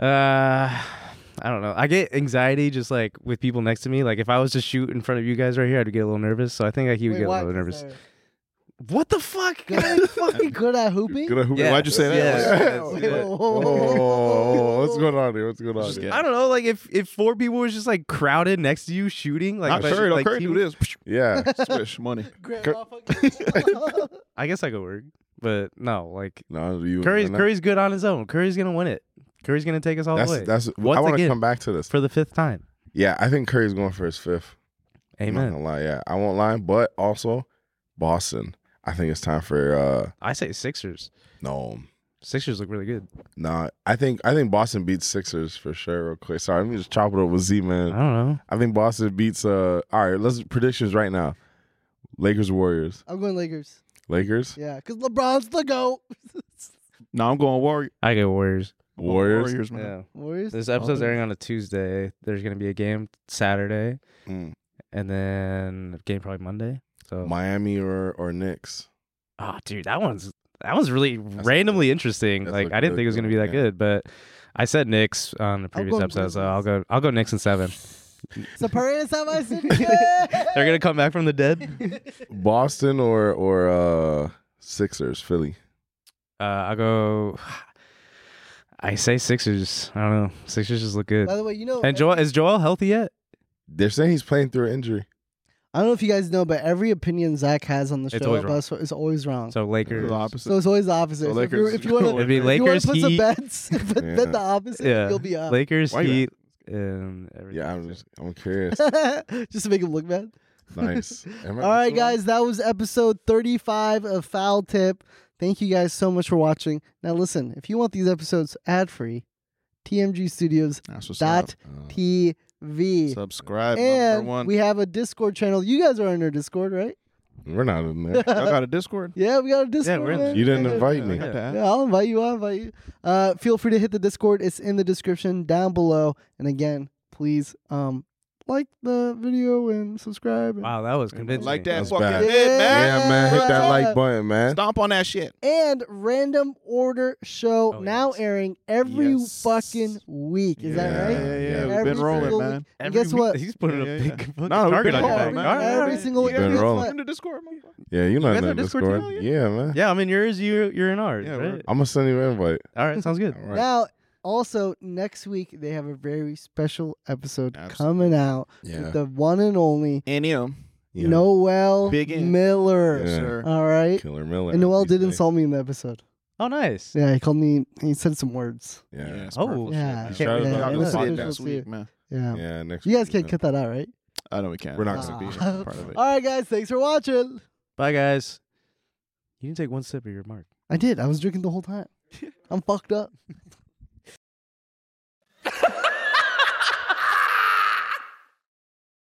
Uh, I don't know. I get anxiety just like with people next to me. Like if I was to shoot in front of you guys right here, I'd get a little nervous. So I think like, he would
Wait,
get a
why?
little nervous.
Sorry.
What the fuck?
Good at fucking good at hooping.
Good at hooping.
Yeah.
Why'd you say that?
Yeah.
Wait,
yeah.
whoa,
Oh,
whoa, whoa, whoa.
what's going on here? What's going on
Just
here?
get-
I don't know. Like if if four people was just like crowded next to you shooting, like
Not
but,
Curry. Don't
like,
Curry do
team-
this.
Yeah.
Swish money.
Grandma fucking-
I guess I could work, but no. Like
No, you.
Curry's
you're not-
Curry's good on his own. Curry's gonna win it. Curry's gonna take us all the
That's
way
that's.
Once
I want to
again.
come back to this.
for the fifth time.
Yeah, I think Curry's going for his fifth. I'm not
Amen.
gonna lie. Yeah, I won't lie. But also, Boston. I think it's time for uh
I say Sixers.
no,
Sixers look really good.
no. I think I think Boston beats Sixers for sure. Real quick. Sorry, let me just chop it up with Z
I
man.
don't know.
I think Boston beats. Uh, all right, let's predictions right now. Lakers, Warriors,
I'm going Lakers.
Lakers,
Yeah, because LeBron's the goat.
No, I'm going Warrior.
I go Warriors.
Warriors.
Warriors, man.
Yeah.
Oh, Warriors.
This episode's airing on a Tuesday. There's gonna be a game Saturday,
Mm.
and then a game probably Monday. So,
Miami or or Knicks.
oh, dude, that one's that one's really randomly interesting.
that's
Like,
a
I didn't
good
think it was gonna
one,
be that
yeah.
good, but I said Knicks on the previous
go
episode, so
Grizzlies.
I'll go. I'll go Knicks in seven.
The parade is my city.
They're gonna come back from the dead.
Boston or or uh Sixers, Philly.
Uh, I'll go. I say Sixers. I don't know. Sixers just look good.
By the way, you know,
And Joel is Joel healthy yet?
They're saying he's playing through injury.
I don't know if you guys know, but every opinion Zach has on the
It's
show
always
about us is always wrong. So,
So Lakers.
The opposite.
it's always the opposite.
So
So if, you
Lakers-
if you want to,
It'd be
you want
Lakers,
to put some
Heat,
bets, bet,
Yeah.
bet the opposite,
Yeah.
you'll be up.
Lakers,
Why you
Heat, and everything.
Yeah, I'm just I'm curious.
Just to make him look bad.
nice. Am I
All right,
missing one?
guys, that was episode 35 of Foul Tip. Thank you guys so much for watching. Now, listen, if you want these episodes ad free, tmgstudios.tv.
That's what's up. Subscribe. number
And
one.
we have a Discord channel. You guys are on our Discord, right?
Uh, We're not in there.
Y'all got a Discord?
Yeah, we got a Discord.
we're in
man.
You didn't invite me.
Got that.
Yeah, I'll invite you. I'll invite you. Uh, feel free to hit the Discord. It's in the description down below. And again, please um, like the video and subscribe. and-
Wow, that was convincing.
Like that
That's
fucking
bad.
hit, man.
Yeah, man, hit that like button, man.
Stomp on that shit.
and random order show
Oh,
now
yes.
airing every
Yes.
fucking week. Is
Yeah,
that right?
Yeah, yeah,
Yeah,
We've
every
been rolling,
single
man.
And
Every
guess
week-
what?
He's putting
Yeah,
a
yeah,
big
yeah.
fucking
Nah, we've
target
been
on your
rolling,
back.
man.
All right.
Every single
You
week.
guys
Been
Guess
rolling.
what?
In the Discord, motherfucker.
Yeah, you're
You
not
guys
in
on
the
Discord
Discord.
channel yet?
Yeah, man.
Yeah, I'm in yours. You you're in ours.
Yeah,
right?
we're-
I'm gonna send you an invite.
All right, sounds good.
All right.
Now, also next week they have a very special episode
Absolutely.
coming out
yeah.
with the one and only
And him.
yeah.
Noel
Big in.
Miller.
Yeah.
All right.
Killer Miller.
And Noel
as we
did
say.
insult me in the episode.
Oh, nice.
Yeah, he called me. He said some words.
Yeah. Yeah.
Oh,
yeah.
Shout out
Yeah,
to
it
the
was
podcast.
official
next
too.
week, man.
Yeah.
next.
You guys
week,
can't
man.
cut that out, right?
I know we can't.
We're not
It's
gonna
a
be
Ah.
part of it.
All right, guys. Thanks for watching.
Bye, guys. You can take one sip of your mark.
I did. I was drinking the whole time. I'm fucked up.